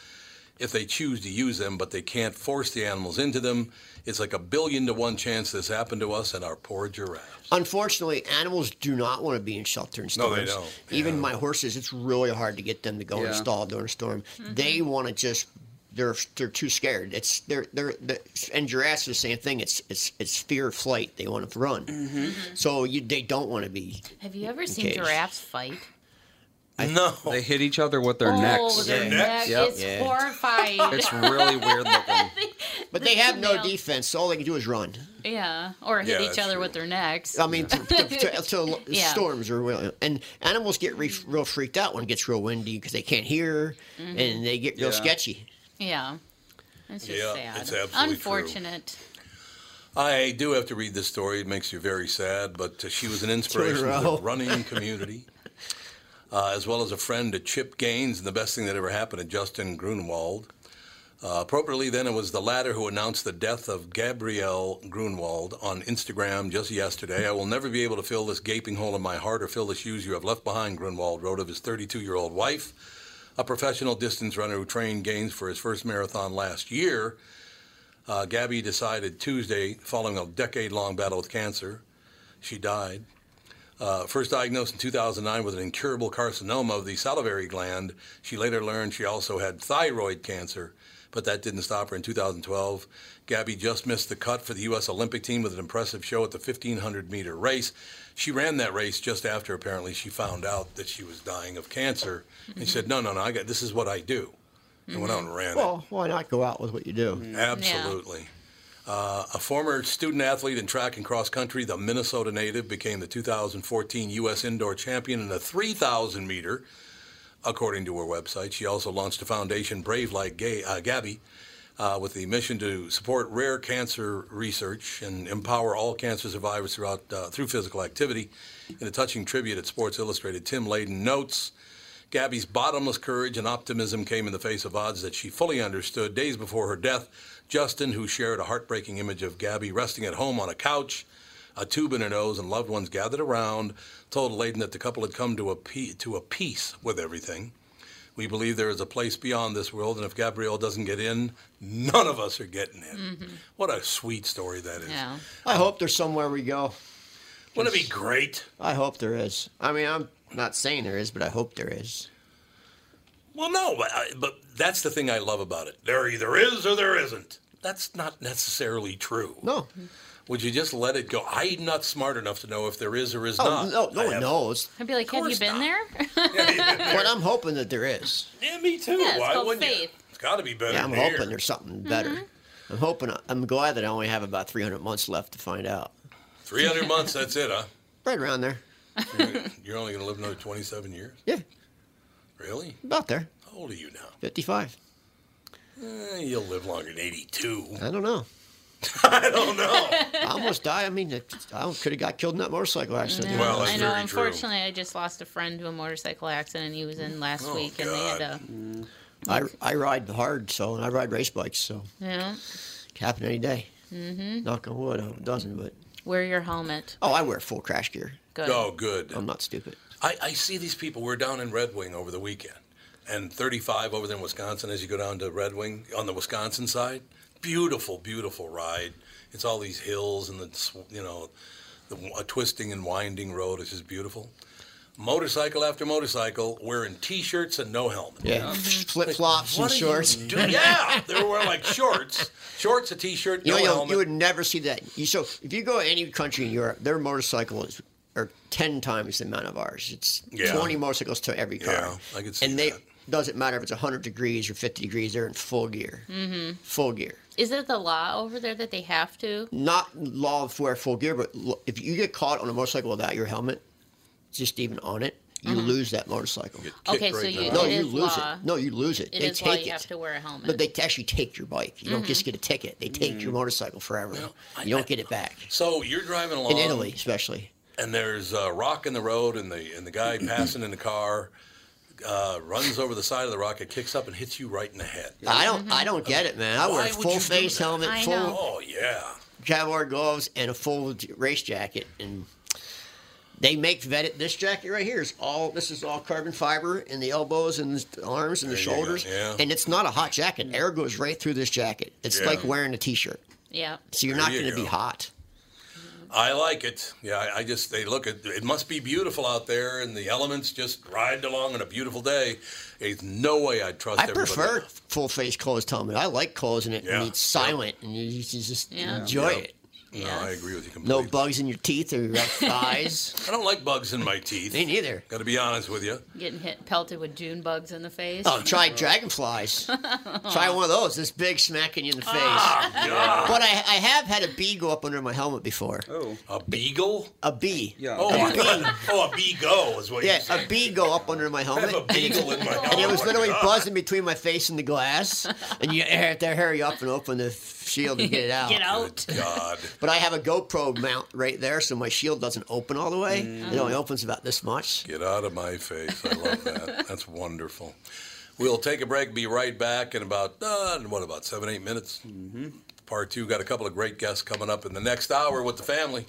[SPEAKER 1] if they choose to use them, but they can't force the animals into them. It's like a billion to one chance this happened to us and our poor giraffe.
[SPEAKER 2] Unfortunately, animals do not want to be in shelter in
[SPEAKER 1] No,
[SPEAKER 2] storms.
[SPEAKER 1] they don't.
[SPEAKER 2] Even my horses, it's really hard to get them to go
[SPEAKER 1] Yeah.
[SPEAKER 2] in a stall during a storm. They want to just. They're, they're too scared. It's they're they're, they're and giraffes are the same thing. It's it's it's fear of flight. They want to run, so you, they don't want to be.
[SPEAKER 3] Have you ever seen
[SPEAKER 2] Engaged.
[SPEAKER 3] giraffes fight?
[SPEAKER 1] no,
[SPEAKER 4] they hit each other with their
[SPEAKER 3] oh,
[SPEAKER 4] necks.
[SPEAKER 3] Their neck is horrifying.
[SPEAKER 4] It's really weird looking.
[SPEAKER 2] But
[SPEAKER 3] The
[SPEAKER 2] they have no
[SPEAKER 3] female-
[SPEAKER 2] defense. so All they can do is run.
[SPEAKER 3] Yeah, or hit
[SPEAKER 2] Yeah,
[SPEAKER 3] each
[SPEAKER 2] that's
[SPEAKER 3] other with their necks.
[SPEAKER 2] I mean, to, to, to, to
[SPEAKER 3] Yeah.
[SPEAKER 2] storms are real, and animals get re- real freaked out when it gets real windy because they can't hear,
[SPEAKER 3] Mhm.
[SPEAKER 2] and they get
[SPEAKER 1] Yeah.
[SPEAKER 2] real sketchy.
[SPEAKER 3] Yeah, it's just
[SPEAKER 1] Yeah,
[SPEAKER 3] sad.
[SPEAKER 1] it's absolutely true.
[SPEAKER 3] unfortunate.
[SPEAKER 1] I do have to read this story. It makes you very sad, but uh, she was an inspiration to the
[SPEAKER 10] row.
[SPEAKER 1] running community, uh, as well as a friend to Chip Gaines, and the best thing that ever happened to Justin Grunwald. Uh, appropriately, then, it was the latter who announced the death of Gabrielle Grunwald on Instagram just yesterday. I will never be able to fill this gaping hole in my heart or fill the shoes you have left behind, Grunwald wrote of his 32 year old wife, a professional distance runner who trained Gaines for his first marathon last year. Uh, Gabby decided Tuesday, following a decade long battle with cancer, she died. Uh, first diagnosed in 2009 with an incurable carcinoma of the salivary gland, she later learned she also had thyroid cancer, but that didn't stop her in 2012. Gabby just missed the cut for the U.S. Olympic team with an impressive show at the 1500 meter race. She ran that race just after apparently she found out that she was dying of cancer, and she said, "No, no, no, I got this is what I do," and went out and ran it.
[SPEAKER 2] Well, why not go out with what you do?
[SPEAKER 1] Absolutely. Uh, a former student athlete in track and cross country, the Minnesota native became the 2014 U.S. indoor champion in the 3,000 meter, according to her website. She also launched a foundation, Brave Like Gay, uh, Gabby, uh, with the mission to support rare cancer research and empower all cancer survivors throughout uh, through physical activity. In a touching tribute at Sports Illustrated, Tim Layden notes. Gabby's bottomless courage and optimism came in the face of odds that she fully understood. Days before her death, Justin, who shared a heartbreaking image of Gabby resting at home on a couch, a tube in her nose, and loved ones gathered around, told Layden that the couple had come to a, pe- to a peace with everything. We believe there is a place beyond this world, and if Gabrielle doesn't get in, none of us are getting in. What a sweet story that is.
[SPEAKER 3] Yeah.
[SPEAKER 2] I hope there's somewhere we go.
[SPEAKER 1] Wouldn't it be great?
[SPEAKER 2] I hope there is. I mean, I'm not saying there is, but I hope there is.
[SPEAKER 1] Well, no, but, I, but that's the thing I love about it. There either is or there isn't. That's not necessarily true.
[SPEAKER 2] No.
[SPEAKER 1] Would you just let it go? I'm not smart enough to know if there is or is
[SPEAKER 2] Oh,
[SPEAKER 1] not.
[SPEAKER 2] no, no
[SPEAKER 1] I
[SPEAKER 2] one
[SPEAKER 1] have-
[SPEAKER 2] knows.
[SPEAKER 3] I'd be like, have you been there?
[SPEAKER 2] But I'm hoping that there is.
[SPEAKER 1] Yeah, me too.
[SPEAKER 3] Yeah, it's
[SPEAKER 1] Why
[SPEAKER 3] called
[SPEAKER 1] wouldn't you?
[SPEAKER 3] faith.
[SPEAKER 1] It's got to be better.
[SPEAKER 2] Yeah, I'm
[SPEAKER 1] than here.
[SPEAKER 2] hoping there's something better.
[SPEAKER 1] Mm-hmm.
[SPEAKER 2] I'm hoping. I'm glad that I only have about 300 months left to find out.
[SPEAKER 1] 300 months, that's it, huh?
[SPEAKER 2] Right around there.
[SPEAKER 1] You're only going to live another 27 years?
[SPEAKER 2] Yeah.
[SPEAKER 1] Really?
[SPEAKER 2] About there.
[SPEAKER 1] How old are you now?
[SPEAKER 2] 55.
[SPEAKER 1] Eh, you'll live longer than 82.
[SPEAKER 2] I don't know.
[SPEAKER 1] I don't know.
[SPEAKER 2] I almost died. I mean, it- I could have got killed in that motorcycle accident.
[SPEAKER 1] No, Well, that's
[SPEAKER 3] I know.
[SPEAKER 1] very true.
[SPEAKER 3] Unfortunately, I just lost a friend to a motorcycle accident. He was in last
[SPEAKER 1] Oh,
[SPEAKER 3] week, and they had to.
[SPEAKER 2] I, I ride hard, so and I ride race bikes, so
[SPEAKER 3] Yeah.
[SPEAKER 2] it can happen any day.
[SPEAKER 3] Mm-hmm.
[SPEAKER 2] Knock on wood, I hope it doesn't, but
[SPEAKER 3] Wear your helmet.
[SPEAKER 2] oh, I wear full crash gear.
[SPEAKER 3] Good.
[SPEAKER 1] Oh, good.
[SPEAKER 2] I'm not stupid.
[SPEAKER 1] I, I see these people. We're down in Red Wing over the weekend, and 35 over there in Wisconsin as you go down to Red Wing on the Wisconsin side. Beautiful, beautiful ride. It's all these hills and the s- you know, the w- a twisting and winding road. It's just beautiful. Motorcycle after motorcycle, wearing t-shirts and no helmet.
[SPEAKER 2] Yeah, flip flops and
[SPEAKER 1] What are you
[SPEAKER 2] shorts.
[SPEAKER 1] doing? yeah, they were wearing like shorts, shorts, a t-shirt,
[SPEAKER 2] You
[SPEAKER 1] no
[SPEAKER 2] know, you'll-
[SPEAKER 1] helmet.
[SPEAKER 2] you would never see that. You, so if you go to any country in Europe, their motorcycles are ten times the amount of ours. It's
[SPEAKER 1] Yeah.
[SPEAKER 2] twenty motorcycles to every car.
[SPEAKER 1] Yeah, I could see
[SPEAKER 2] and they doesn't matter if it's hundred degrees or fifty degrees. They're in full gear.
[SPEAKER 3] Mm-hmm.
[SPEAKER 2] Full gear.
[SPEAKER 3] Is it the law over there that they have to?
[SPEAKER 2] Not law of wear full gear, but lo- if you get caught on a motorcycle without your helmet, just even on it, you
[SPEAKER 3] Mhm.
[SPEAKER 2] lose that motorcycle.
[SPEAKER 3] kicked Okay, so right in the you-
[SPEAKER 2] no,
[SPEAKER 3] it
[SPEAKER 2] you
[SPEAKER 3] is
[SPEAKER 2] lose
[SPEAKER 3] law.
[SPEAKER 2] it. No, you lose it.
[SPEAKER 3] It
[SPEAKER 2] they
[SPEAKER 3] is
[SPEAKER 2] take
[SPEAKER 3] law.
[SPEAKER 2] it.
[SPEAKER 3] You have to wear a helmet.
[SPEAKER 2] But they actually take your bike. You don't
[SPEAKER 3] Mhm.
[SPEAKER 2] just
[SPEAKER 1] Mm-hmm.
[SPEAKER 2] get a ticket. They take
[SPEAKER 1] Mm.
[SPEAKER 2] your motorcycle forever. you don't get it back.
[SPEAKER 1] so you're driving along
[SPEAKER 2] In Italy, especially.
[SPEAKER 1] and there's a rock in the road, and the and the guy passing in the car uh, runs over the side of the rock. It kicks up and hits you right in the head.
[SPEAKER 2] I don't. I don't get it, man. I
[SPEAKER 1] Mm-hmm.
[SPEAKER 2] wear
[SPEAKER 1] Why
[SPEAKER 2] a
[SPEAKER 1] would
[SPEAKER 2] full
[SPEAKER 1] you do
[SPEAKER 2] face
[SPEAKER 1] that?
[SPEAKER 2] helmet, full
[SPEAKER 1] Oh yeah.
[SPEAKER 2] Cowboy gloves and a full j- race jacket, and they make vetted. This jacket right here is all. This is all carbon fiber in the elbows and the arms and the
[SPEAKER 1] There you go,
[SPEAKER 2] shoulders,
[SPEAKER 1] yeah. Mm.
[SPEAKER 2] and it's not a hot jacket. Air goes right through this jacket. It's
[SPEAKER 1] Yeah.
[SPEAKER 2] like wearing a t-shirt,
[SPEAKER 3] Yeah.
[SPEAKER 2] so you're
[SPEAKER 1] There
[SPEAKER 2] not
[SPEAKER 1] you
[SPEAKER 2] going to be
[SPEAKER 1] go.
[SPEAKER 2] hot.
[SPEAKER 1] I like it. Yeah, I, I just they look at it must be beautiful out there, and the elements just ride along on a beautiful day. There's no way I'd trust.
[SPEAKER 2] I
[SPEAKER 1] everybody.
[SPEAKER 2] prefer full face clothes helmet. I like clothes in it,
[SPEAKER 1] Yeah.
[SPEAKER 2] and it's silent, and you, you just
[SPEAKER 1] Yeah.
[SPEAKER 2] enjoy
[SPEAKER 1] Yep.
[SPEAKER 2] it.
[SPEAKER 1] No, I agree with you completely.
[SPEAKER 2] No bugs in your teeth or your thighs.
[SPEAKER 1] I don't like bugs in my teeth. Me
[SPEAKER 2] neither.
[SPEAKER 1] Got to be honest with you.
[SPEAKER 3] Getting hit, pelted with June bugs in the face.
[SPEAKER 2] Oh, try dragonflies. Try one of those. This big smacking you in the face.
[SPEAKER 1] Ah. God.
[SPEAKER 2] but I, I have had a bee go up under my helmet before.
[SPEAKER 1] Oh. A beagle?
[SPEAKER 2] A bee. Yeah.
[SPEAKER 1] Oh,
[SPEAKER 2] a
[SPEAKER 1] I
[SPEAKER 2] bee.
[SPEAKER 1] thought, oh, a bee go is what
[SPEAKER 2] Yeah,
[SPEAKER 1] you said.
[SPEAKER 2] a bee go up under my helmet.
[SPEAKER 1] a beagle in my
[SPEAKER 2] And it
[SPEAKER 1] helmet.
[SPEAKER 2] was
[SPEAKER 1] Oh,
[SPEAKER 2] literally
[SPEAKER 1] God.
[SPEAKER 2] buzzing between my face and the glass. And you had to hurry up and open the shield and get it out.
[SPEAKER 3] Get out.
[SPEAKER 1] God.
[SPEAKER 2] But I have a GoPro mount right there, so my shield doesn't open all the way. It only opens about this much.
[SPEAKER 1] Get out of my face. I love that. That's wonderful. We'll take a break, be right back in about, uh, what, about seven, eight minutes? Mm-hmm. Part two, got a couple of great guests coming up in the next hour with the family.